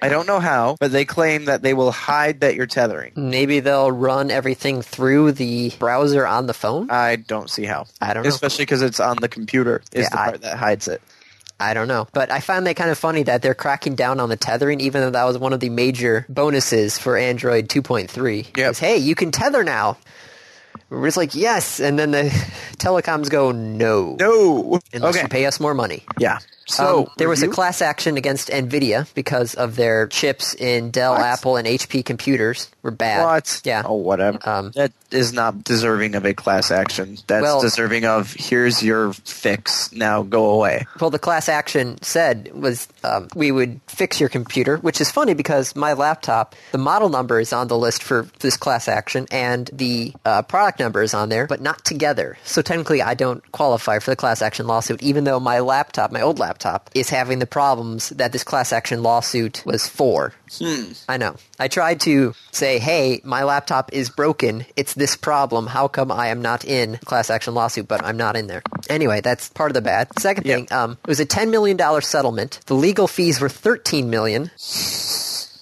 I don't know how, but they claim that they will hide that you're tethering.
maybe they'll run everything through the browser on the phone.
I don't see how.
I don't know.
Especially because it's on the computer is
Yeah,
the
I-
part that hides it.
I don't know. But I find that kind of funny that they're cracking down on the tethering, even though that was one of the major bonuses for Android 2.3.
Yep.
Is, hey, you can tether now. We're just like, yes. And then the telecoms go, no.
No.
Unless
okay.
you pay us more money.
yeah. So
Um, there was a
review?
class action against NVIDIA because of their chips in Dell,
What?
Apple, and HP computers were bad.
What?
Yeah.
Oh, whatever.
Um,
that is not deserving of a class action. That's
Well-
deserving of here's your fix. Now go away.
Well, the class action said was um, we would fix your computer, which is funny because my laptop, the model number is on the list for this class action, and the uh, product number is on there, but not together. So technically, I don't qualify for the class action lawsuit, even though my laptop, my old laptop, is having the problems that this class action lawsuit was for. I know. I tried to say, hey, my laptop is broken. It's this problem. How come I am not in class action lawsuit, but I'm not in there? Anyway, that's part of the bad. Second
Yeah.
thing, um, it was a $10 million settlement. The legal fees were $13 million.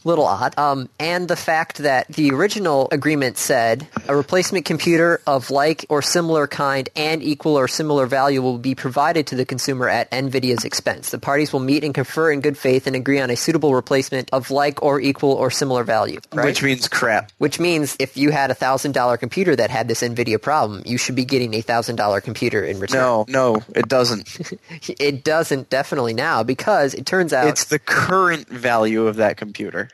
Little odd. Um, and the fact that the original agreement said a replacement computer of like or similar kind and equal or similar value will be provided to the consumer at NVIDIA's expense. The parties will meet and confer in good faith and agree on a suitable replacement of like or equal or similar value. Right?
Which means crap.
Which means if you had a thousand dollar computer that had this NVIDIA problem, you should be getting a thousand dollar computer in return.
No, no, it doesn't.
It doesn't definitely now because it turns out
It's the current value of that computer.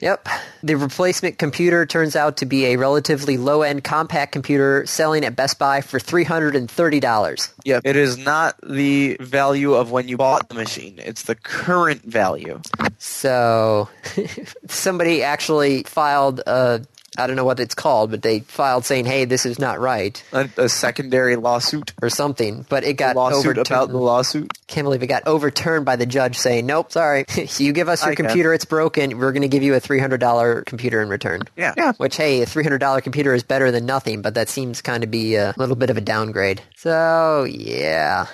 Yep. The replacement computer turns out to be a relatively low end compact computer selling at Best Buy for three hundred and thirty dollars.
Yep. It is not the value of when you bought the machine. It's the current value.
So somebody actually filed a I don't know what it's called, but they filed saying, "Hey, this is not right"
A, a secondary lawsuit.
or something. But it
A
got
lawsuit
overturned.
about the lawsuit.
Can't believe it got overturned by the judge saying, "Nope, sorry. you give us your
I can.
computer, it's broken. We're going to give you a three hundred dollar computer in return."
Yeah. Yeah.
Which, hey, a three hundred dollar computer is better than nothing, but that seems kind of be a little bit of a downgrade. So yeah.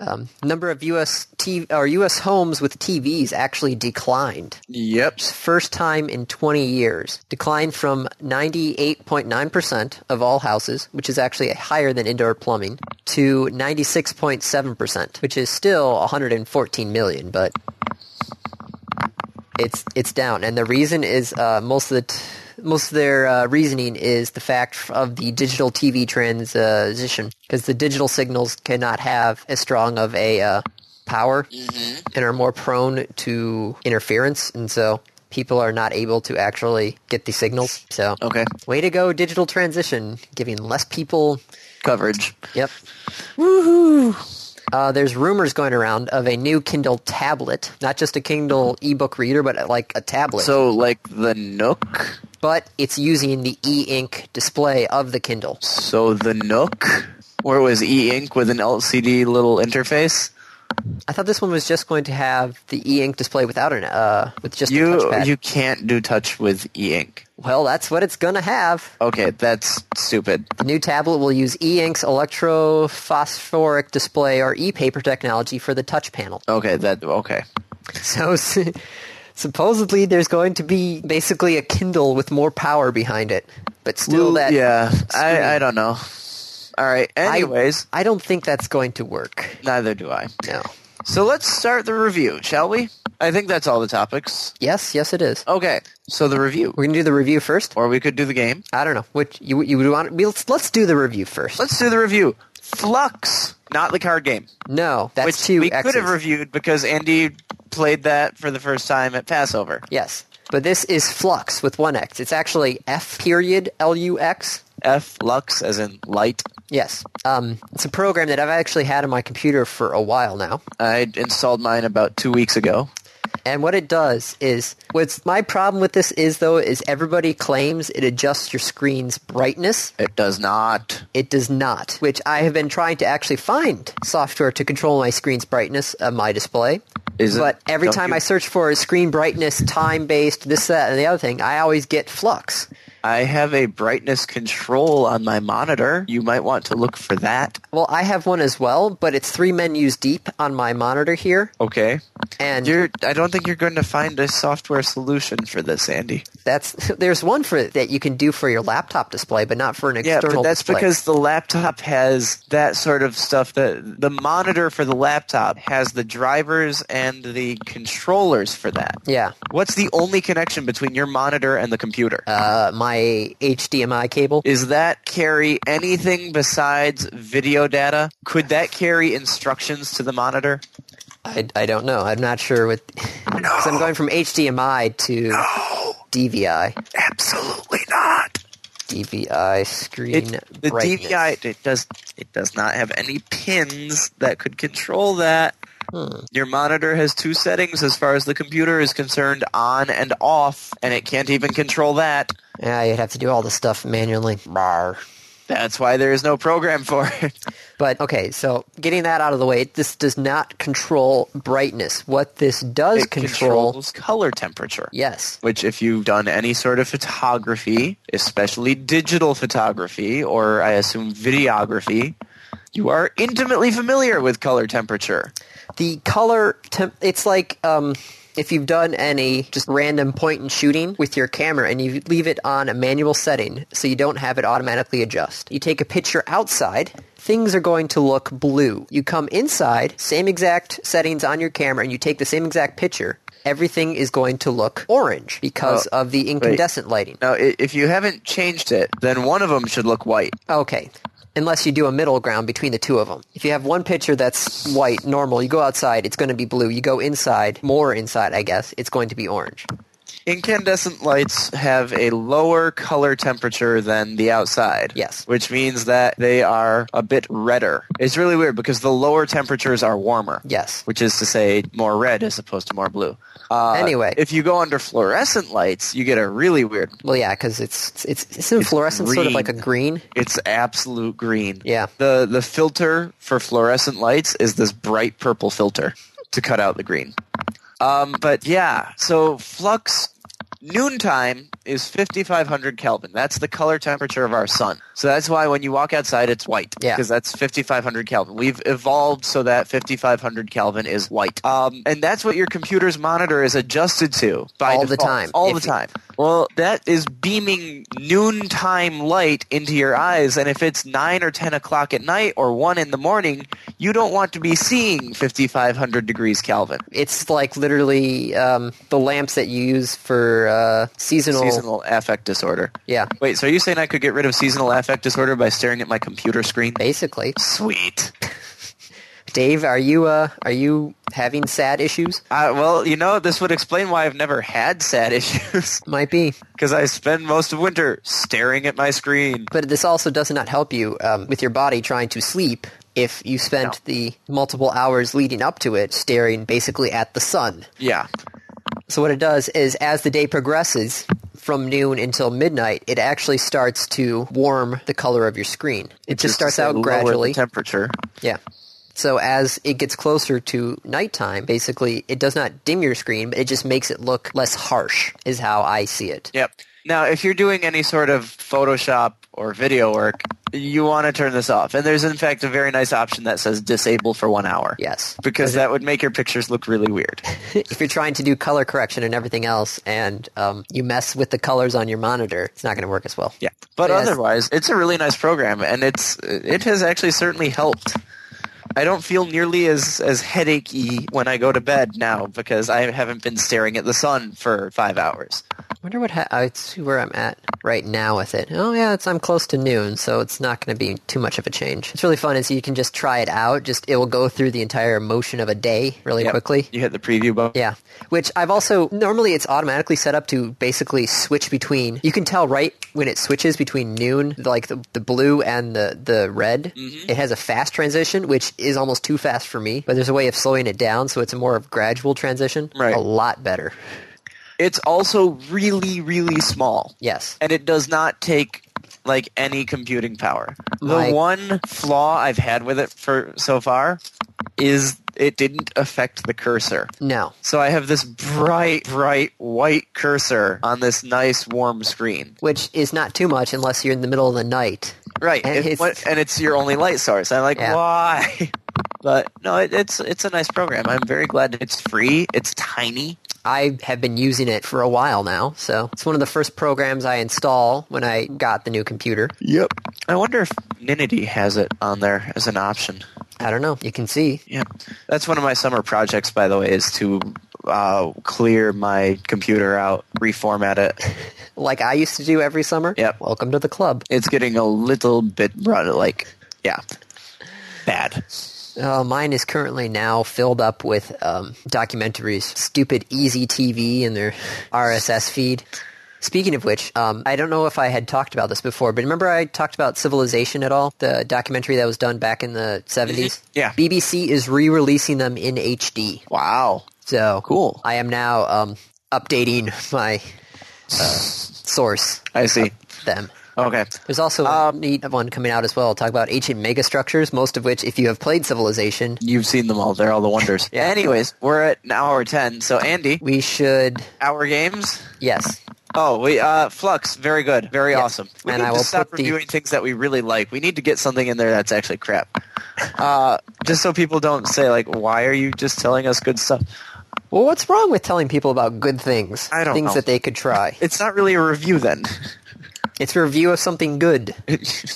Um, number of U.S. TV, or U.S. homes with TVs actually declined.
Yep.
First time in 20 years. Declined from 98.9% of all houses, which is actually higher than indoor plumbing, to 96.7%, which is still 114 million, but it's it's down, and the reason is uh, most of the t- most of their uh, reasoning is the fact of the digital TV transition because the digital signals cannot have as strong of a uh, power and are more prone to interference, and so people are not able to actually get the signals. So,
Okay.
way to go, digital transition, giving less people
Coverage.
Yep. Woohoo! Uh, there's rumors going around of a new Kindle tablet, not just a Kindle ebook reader, but uh, like a tablet.
So like the Nook.
but it's using the e-ink display of the Kindle.
So the Nook, where it was e-ink with an LCD little interface.
I thought this one was just going to have the e-ink display without an uh, with just a
You
touchpad.
you can't do touch with e-ink.
well, that's what it's going to have.
Okay, that's stupid.
The new tablet will use e-ink's electrophosphoric display or e-paper technology for the touch panel.
Okay, that okay.
So s- supposedly there's going to be basically a Kindle with more power behind it, but still
Well,
that
yeah, I I don't know. All right.
I-
Anyways,
I, don't think that's going to work.
neither do I.
No.
So let's start the review, shall we? I think that's all the topics.
Yes, yes, it is.
Okay, so the review,
We're gonna do the review first.
or we could do the game.
I don't know. Which you you would want? we- Let's let's do the review 1st
Let's do the review. Flux, not the card game.
no, that's
which
two
we
X's.
could have reviewed because Andy played that for the first time at Passover.
yes, but this is Flux with one X. It's actually F period L U X.
F Lux as in light.
Yes, um, it's a program that I've actually had on my computer for a while now.
I installed mine about two weeks ago.
And what it does is, what's my problem with this is though, is everybody claims it adjusts your screen's brightness.
It does not.
It does not, which I have been trying to actually find software to control my screen's brightness of my display.
Is it-
but every
don't
time
you-
I search for screen brightness, time based, this, that, and the other thing, I always get flux.
I have a brightness control on my monitor. You might want to look for that.
Well, I have one as well, but it's three menus deep on my monitor here,
Okay.
and
You're, I don't think you're going to find a software solution for this, Andy.
that's there's one for that you can do for your laptop display, but not for an
Yeah,
external.
but that's
display.
because the laptop has that sort of stuff. That the monitor for the laptop has the drivers and the controllers for that.
yeah,
What's the only connection between your monitor and the computer?
uh, my HDMI cable.
Is that carry anything besides video data? Could that carry instructions to the monitor?
I, I don't know. I'm not sure what. Because I'm going from HDMI to DVI.
Absolutely not.
DVI screen
It, the
brightness.
DVI it does it does not have any pins that could control that.
Hmm.
Your monitor has two settings as far as the computer is concerned, on and off, and it can't even control that.
Yeah, you'd have to do all this stuff manually. Bar.
That's why there is no program for it.
But okay, so getting that out of the way, this does not control brightness. What this does
It
control,
controls color temperature.
yes,
which if you've done any sort of photography, especially digital photography or I assume videography, you are intimately familiar with color temperature.
the color temp- it's like um if you've done any just random point and shooting with your camera and you leave it on a manual setting so you don't have it automatically adjust you take a picture outside things are going to look blue you come inside same exact settings on your camera and you take the same exact picture everything is going to look orange because of the incandescent lighting
Now, i- if you haven't changed it, then one of them should look white.
Okay. Unless you do a middle ground between the two of them. If you have one picture that's white, normal, you go outside, it's going to be blue. You go inside, more inside, I guess, it's going to be orange.
Incandescent lights have a lower color temperature than the outside.
Yes.
Which means that they are a bit redder. It's really weird because the lower temperatures are warmer.
Yes.
Which is to say more red as opposed to more blue. Uh,
Anyway.
If you go under fluorescent lights, you get a really weird
Well, yeah, because it's, it's, isn't fluorescent sort of
green.
like a green?
It's absolute green.
Yeah.
The the filter for fluorescent lights is this bright purple filter to cut out the green. Um, but yeah, so flux noontime is 5500 Kelvin. That's the color temperature of our sun. So that's why when you walk outside it's white
Yeah.
because that's 5500 Kelvin. We've evolved so that 5500 Kelvin is white. Um, and that's what your computer's monitor is adjusted to by
All the
default.
time.
All
If
the
you-
time time. Well, that is beaming noontime light into your eyes, and if it's 9 or 10 o'clock at night or 1 in the morning, you don't want to be seeing 5,500 degrees Kelvin.
It's like literally um, the lamps that you use for uh, seasonal.
Seasonal affect disorder.
Yeah,
Wait, so are you saying I could get rid of seasonal affect disorder by staring at my computer screen?
basically.
Sweet.
Dave, are you uh, are you having sad issues?
Uh, well, you know, this would explain why I've never had sad issues,
Might be.
because I spend most of winter staring at my screen.
But this also does not help you um, with your body trying to sleep if you spent the multiple hours leading up to it staring basically at the sun.
Yeah.
So what it does is as the day progresses from noon until midnight, it actually starts to warm the color of your screen. It
Which
just
is to
starts
say
out
lower the
gradually.
temperature.
Yeah. So as it gets closer to nighttime, basically it does not dim your screen, but it just makes it look less harsh is how I see it.
Yep. Now, if you're doing any sort of Photoshop or video work, you want to turn this off. And there's, in fact, a very nice option that says disable for one hour.
Yes.
Because that would make your pictures look really weird.
if you're trying to do color correction and everything else and um, you mess with the colors on your monitor, it's not going to work as well.
Yeah. But
Yes.
otherwise, it's a really nice program, and it's it has actually certainly helped. I don't feel nearly as, as headachy when I go to bed now because I haven't been staring at the sun for five hours.
wonder what ha- I see where I'm at right now with it. Oh yeah, it's I'm close to noon, so it's not going to be too much of a change. It's really fun, and so you can just try it out. Just it will go through the entire motion of a day really
Yep.
quickly.
You hit the preview button.
Yeah, which I've also normally it's automatically set up to basically switch between. You can tell right when it switches between noon, like the, the blue and the the red. It has a fast transition, which is almost too fast for me. But there's a way of slowing it down, so it's a more of gradual transition.
Right.
a lot better.
It's also really, really small.
Yes.
and it does not take like any computing power.
Like-
the one flaw I've had with it for so far is it didn't affect the cursor.
No.
So I have this bright, bright white cursor on this nice warm screen.
Which is not too much unless you're in the middle of the night.
Right,
And
and,
it's-
it's, and it's your only light source. I'm like,
Yeah.
why? But no, it, it's it's a nice program. I'm very glad it's free. It's tiny.
I have been using it for a while now, so it's one of the first programs I install when I got the new computer.
Yep. I wonder if Ninity has it on there as an option.
I don't know. You can see.
Yeah, that's one of my summer projects, by the way, is to uh, clear my computer out, reformat it.
like I used to do every summer.
Yep.
Welcome to the club.
It's getting a little bit run- like, yeah, bad.
Uh, mine is currently now filled up with um, documentaries, stupid easy TV, and their RSS feed. Speaking of which, um, I don't know if I had talked about this before, but remember I talked about Civilization at all, the documentary that was done back in the 70s?
Mm-hmm. Yeah.
BBC is re-releasing them in HD.
Wow,
So
Cool.
I am now um, updating my uh, source,
I see.
them.
Okay,
There's also a
Um,
neat one coming out as well. Talk about ancient megastructures, most of which, if you have played Civilization,
you've seen them all. They're all the wonders.
Yeah.
Anyways, we're at an hour ten. So Andy,
we should.
our games.
Yes,
Oh, we uh, Flux, very good, very
Yeah.
awesome. We
And
need
I
to
will
stop
put the-
reviewing things that we really like. We need to get something in there that's actually crap, uh, just so people don't say like, "Why are you just telling us good stuff?"
Well, what's wrong with telling people about good things?
I don't
things
know.
that they could try.
It's not really a review then.
It's a review of something good.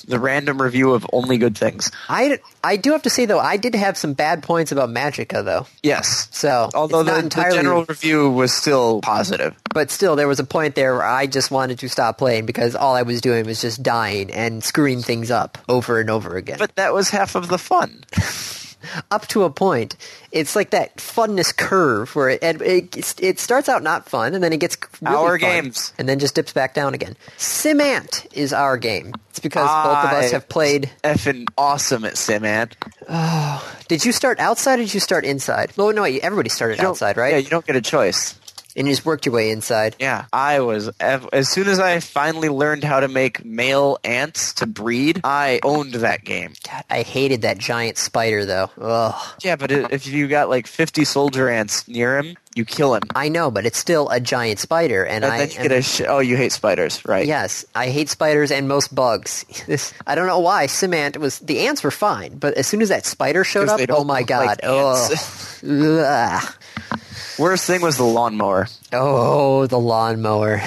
the random review of only good things.
I, I do have to say though, I did have some bad points about Magica though.
Yes.
So
Although
it's not
the, the
entirely,
general review was still positive.
but still, there was a point there where I just wanted to stop playing because all I was doing was just dying and screwing things up over and over again.
But that was half of the fun.
up to a point. It's like that funness curve where it and it, it starts out not fun and then it gets really
Our
fun,
games.
and then just dips back down again. Simant is our game. It's because both of us
I-
have played.
Effing awesome at Siman.
Did you start outside or did you start inside? Oh no, wait, everybody started outside, right?
Yeah, you don't get a choice.
and you just worked your way inside.
Yeah, I was ev- as soon as I finally learned how to make male ants to breed, I owned that game.
God, I hated that giant spider though. Ugh.
Yeah, but i- if you got like 50 soldier ants near him, you kill him.
I know, but it's still a giant spider, and,
And
I
then you
am-
get a sh- oh, you hate spiders, right?
Yes, I hate spiders and most bugs. This, I don't know why. Cement was the ants were fine, but as soon as that spider showed
'Cause
up,
they don't
oh my
look
god!
like
oh, Ugh.
Worst thing was the lawnmower.
oh, the lawnmower.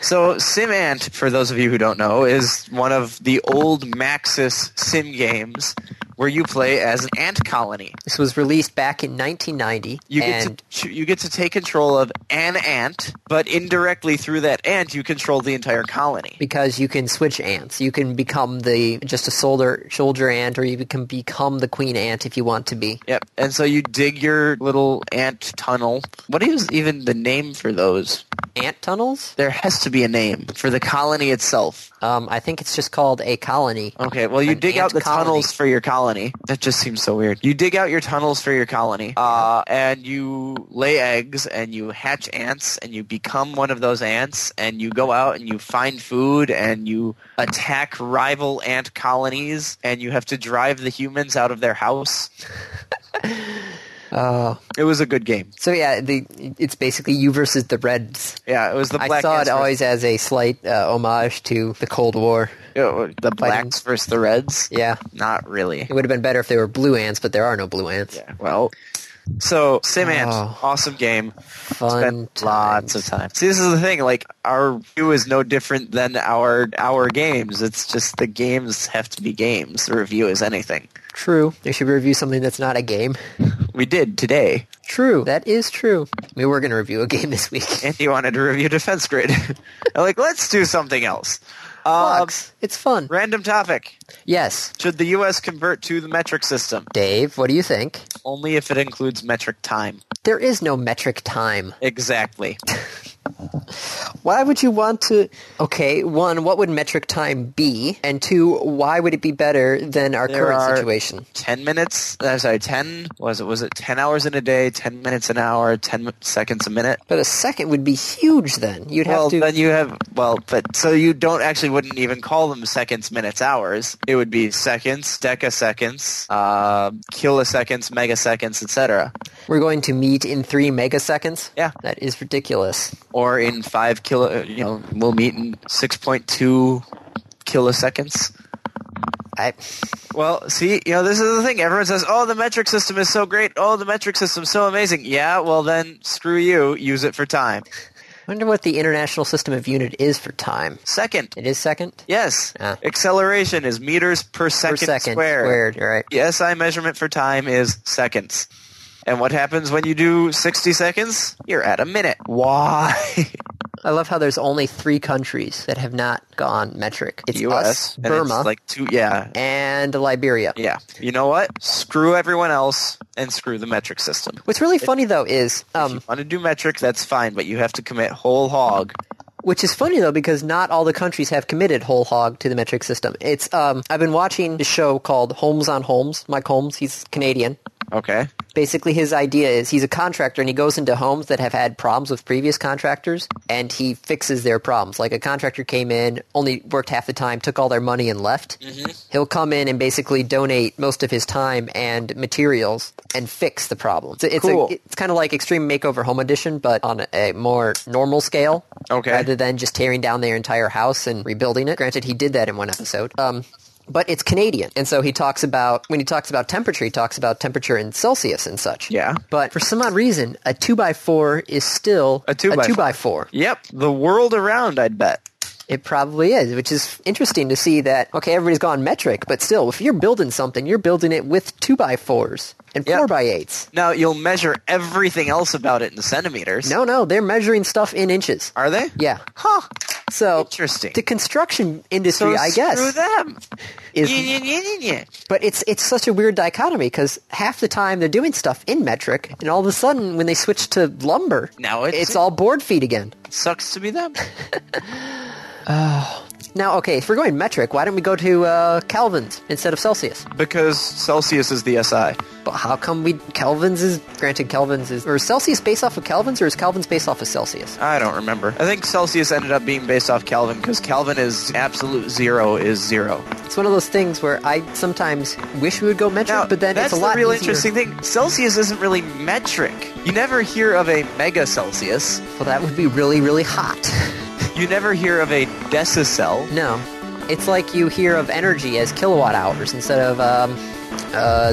So SimAnt, for those of you who don't know, is one of the old Maxis sim games where you play as an ant colony.
This was released back in 1990,
You get,
and
to, cho- you get to take control of an ant, but indirectly through that ant, you control the entire colony.
because you can switch ants, you can become the just a soldier soldier ant, or you can become the queen ant if you want to be.
Yep. And so you dig your little ant tunnel. What is even the name for those?
Ant tunnels?
There has to be a name for the colony itself.
Um, I think it's just called a colony.
Okay, well, you
An
dig
ant
out the
colony.
tunnels for your colony. That just seems so weird. You dig out your tunnels for your colony, uh, and you lay eggs, and you hatch ants, and you become one of those ants, and you go out and you find food, and you attack rival ant colonies, and you have to drive the humans out of their house.
Oh,
It was a good game.
so yeah, the it's basically you versus the Reds.
Yeah, it was the
I
black.
saw it
ants versus-
always as a slight uh, homage to the Cold War.
uh, the blacks versus the reds.
Yeah,
Not really.
it would have been better if they were blue ants, but there are no blue ants.
Yeah. Well. So, Simant,
Oh.
awesome game.
Fun
spent lots of
times.
time. See, this is the thing. Like our review is no different than our our games. It's just the games have to be games. The review is anything.
True. They should review something that's not a game.
We did today.
true. That is true. We were going to review a game this week.
and he wanted to review Defense Grid. I'm like, let's do something else. Um,
Bugs. It's fun.
random topic.
Yes.
Should the U.S. convert to the metric system?
Dave, what do you think?
Only if it includes metric time.
There is no metric time.
Exactly.
Why would you want to? Okay, one, what would metric time be? And two, why would it be better than our
There
current
are-
situation?
10 minutes, uh, sorry, 10, was it, was it 10 hours in a day, 10 minutes an hour, 10 mi- seconds a minute?
But a second would be huge then. You'd
Well,
have to.
then you have, well, but, so you don't actually wouldn't even call them seconds, minutes, hours. It would be seconds, decaseconds, uh, kiloseconds, megaseconds, etc.
We're going to meet in three megaseconds?
Yeah.
That is ridiculous.
Or in 5 kilo, you know, we'll meet in 6.2 kiloseconds.
I,
Well, see, you know, this is the thing. Everyone says, "Oh, the metric system is so great. Oh, the metric system's so amazing." Yeah, well then, screw you. Use it for time.
wonder what the international system of unit is for time.
Second.
It is second?
Yes.
Ah.
Acceleration is meters per
Per
second,
second
squared.
squared, right.
The SI measurement for time is seconds. And what happens when you do 60 seconds? You're at a minute. Why?
I love how there's only three countries that have not gone metric. It's us,
and it's
Burma, and,
like two yeah.
Liberia.
Yeah. You know what? Screw everyone else and screw the metric system.
What's really funny though is, um,
Want to do metric, that's fine, but you have to commit whole hog
which is funny though because not all the countries have committed whole hog to the metric system. It's um, I've been watching a show called Holmes on Holmes. Mike Holmes, he's Canadian.
Okay.
Basically, his idea is he's a contractor and he goes into homes that have had problems with previous contractors and he fixes their problems. Like a contractor came in, only worked half the time, took all their money and left.
Mm-hmm.
He'll come in and basically donate most of his time and materials and fix the problem. So it's
Cool.
a, it's kind of like Extreme Makeover Home Edition, but on a more normal scale.
Okay.
Rather than just tearing down their entire house and rebuilding it. Granted, he did that in one episode. Um, but it's Canadian, and so he talks about when he talks about temperature, he talks about temperature in Celsius and such.
Yeah.
But for some odd reason, a two by four is still
A two by four.
by four.
Yep. The world around, I'd bet.
It probably is, which is interesting to see that. Okay, everybody's gone metric, but still, if you're building something, you're building it with two by fours and
Yeah.
four by eights.
Now you'll measure everything else about it in centimeters.
No, no, they're measuring stuff in inches.
Are they?
Yeah.
Huh.
So
Interesting.
The construction
So
industry, I
Screw
guess,
them.
is
Yeah, yeah, yeah, yeah, yeah.
But it's it's such a weird dichotomy because half the time they're doing stuff in metric, and all of a sudden when they switch to lumber,
Now it's-
all board feet again.
Sucks to be them.
Now, okay, if we're going metric, why don't we go to uh, kelvins instead of Celsius?
Because Celsius is the SI.
But how come we kelvins is granted kelvins is or is Celsius based off of kelvins or is kelvins based off of Celsius?
I don't remember. I think Celsius ended up being based off Kelvin because Kelvin is absolute zero is zero.
It's one of those things where I sometimes wish we would go metric,
Now,
but then
that's
it's a lot
the real
easier.
interesting thing. Celsius isn't really metric. You never hear of a mega Celsius.
Well, that would be really really hot.
You never hear of a decicel.
no, it's like you hear of energy as kilowatt hours instead of um, uh,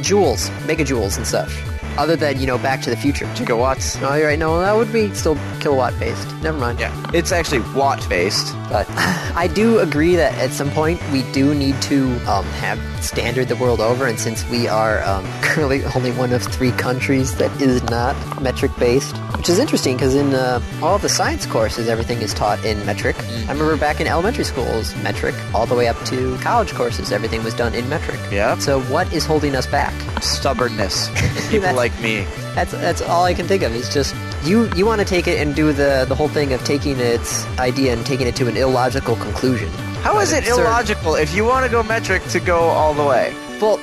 joules, megajoules, and stuff. Other than you know, Back to the Future.
Gigawatts.
Oh, you're right. No, that would be still kilowatt based. Never mind.
Yeah, it's actually watt based.
But I do agree that at some point we do need to um, have standard the world over, and since we are um, currently only one of three countries that is not metric based, which is interesting because in uh, all the science courses everything is taught in metric. I remember back in elementary schools, metric, all the way up to college courses, everything was done in metric.
Yeah.
So what is holding us back?
Stubbornness. People
That's-
like me.
That's that's all I can think of. It's just you you want to take it and do the the whole thing of taking its idea and taking it to an illogical conclusion.
How is it
absurd.
illogical if you want to go metric to go all the way?
Well,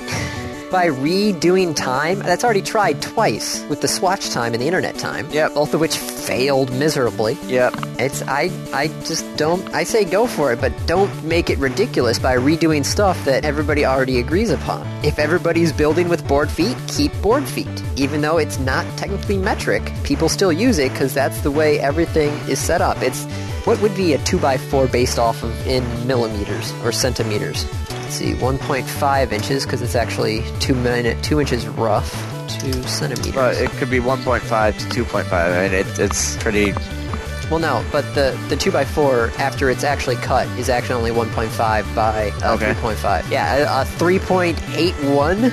by redoing time, that's already tried twice with the Swatch time and the Internet time.
Yep.
Both of which failed miserably.
Yep.
It's I I just don't I say go for it, but don't make it ridiculous by redoing stuff that everybody already agrees upon. If everybody's building with board feet, keep board feet. Even though it's not technically metric, people still use it because that's the way everything is set up. It's what would be a two by four based off of in millimeters or centimeters. Let's see, 1.5 inches because it's actually two minute two inches rough, two centimeters.
But it could be 1.5 to 2.5. I mean, it, it's pretty.
Well, no, but the the two by four after it's actually cut is actually only one point five by uh,
Okay.
three point five. Yeah, a, a three point eight one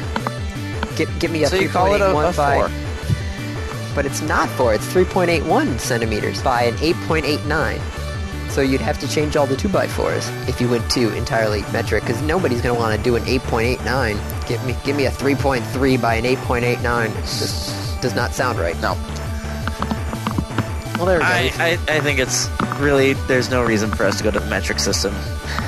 Get, get me a
So you call it a, a
3.81 by-
four.
but it's not four. It's 3.81 centimeters by an 8.89. So you'd have to change all the two by fours if you went to entirely metric, because nobody's going to want to do an 8.89. Give me, give me a 3.3 by an 8.89. It just does not sound right.
No,
Well, there it goes.
I, I, I think it's really there's no reason for us to go to the metric system.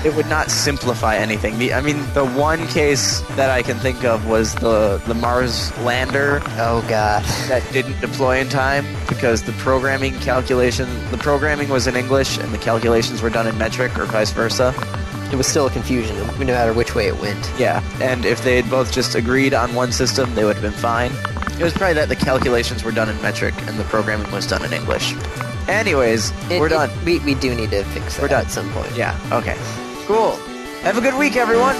It would not simplify anything. The, I mean, the one case that I can think of was the the Mars lander
oh god.
that didn't deploy in time because the programming calculation the programming was in English and the calculations were done in metric or vice versa.
It was still a confusion, no matter which way it went.
Yeah, and if they had both just agreed on one system, they would have been fine. It was probably that the calculations were done in metric and the programming was done in English. Anyways,
It-
we're
it-
done.
we, we do need to fix that
We're done.
at some point.
Yeah, okay. Cool. Have a good week, everyone.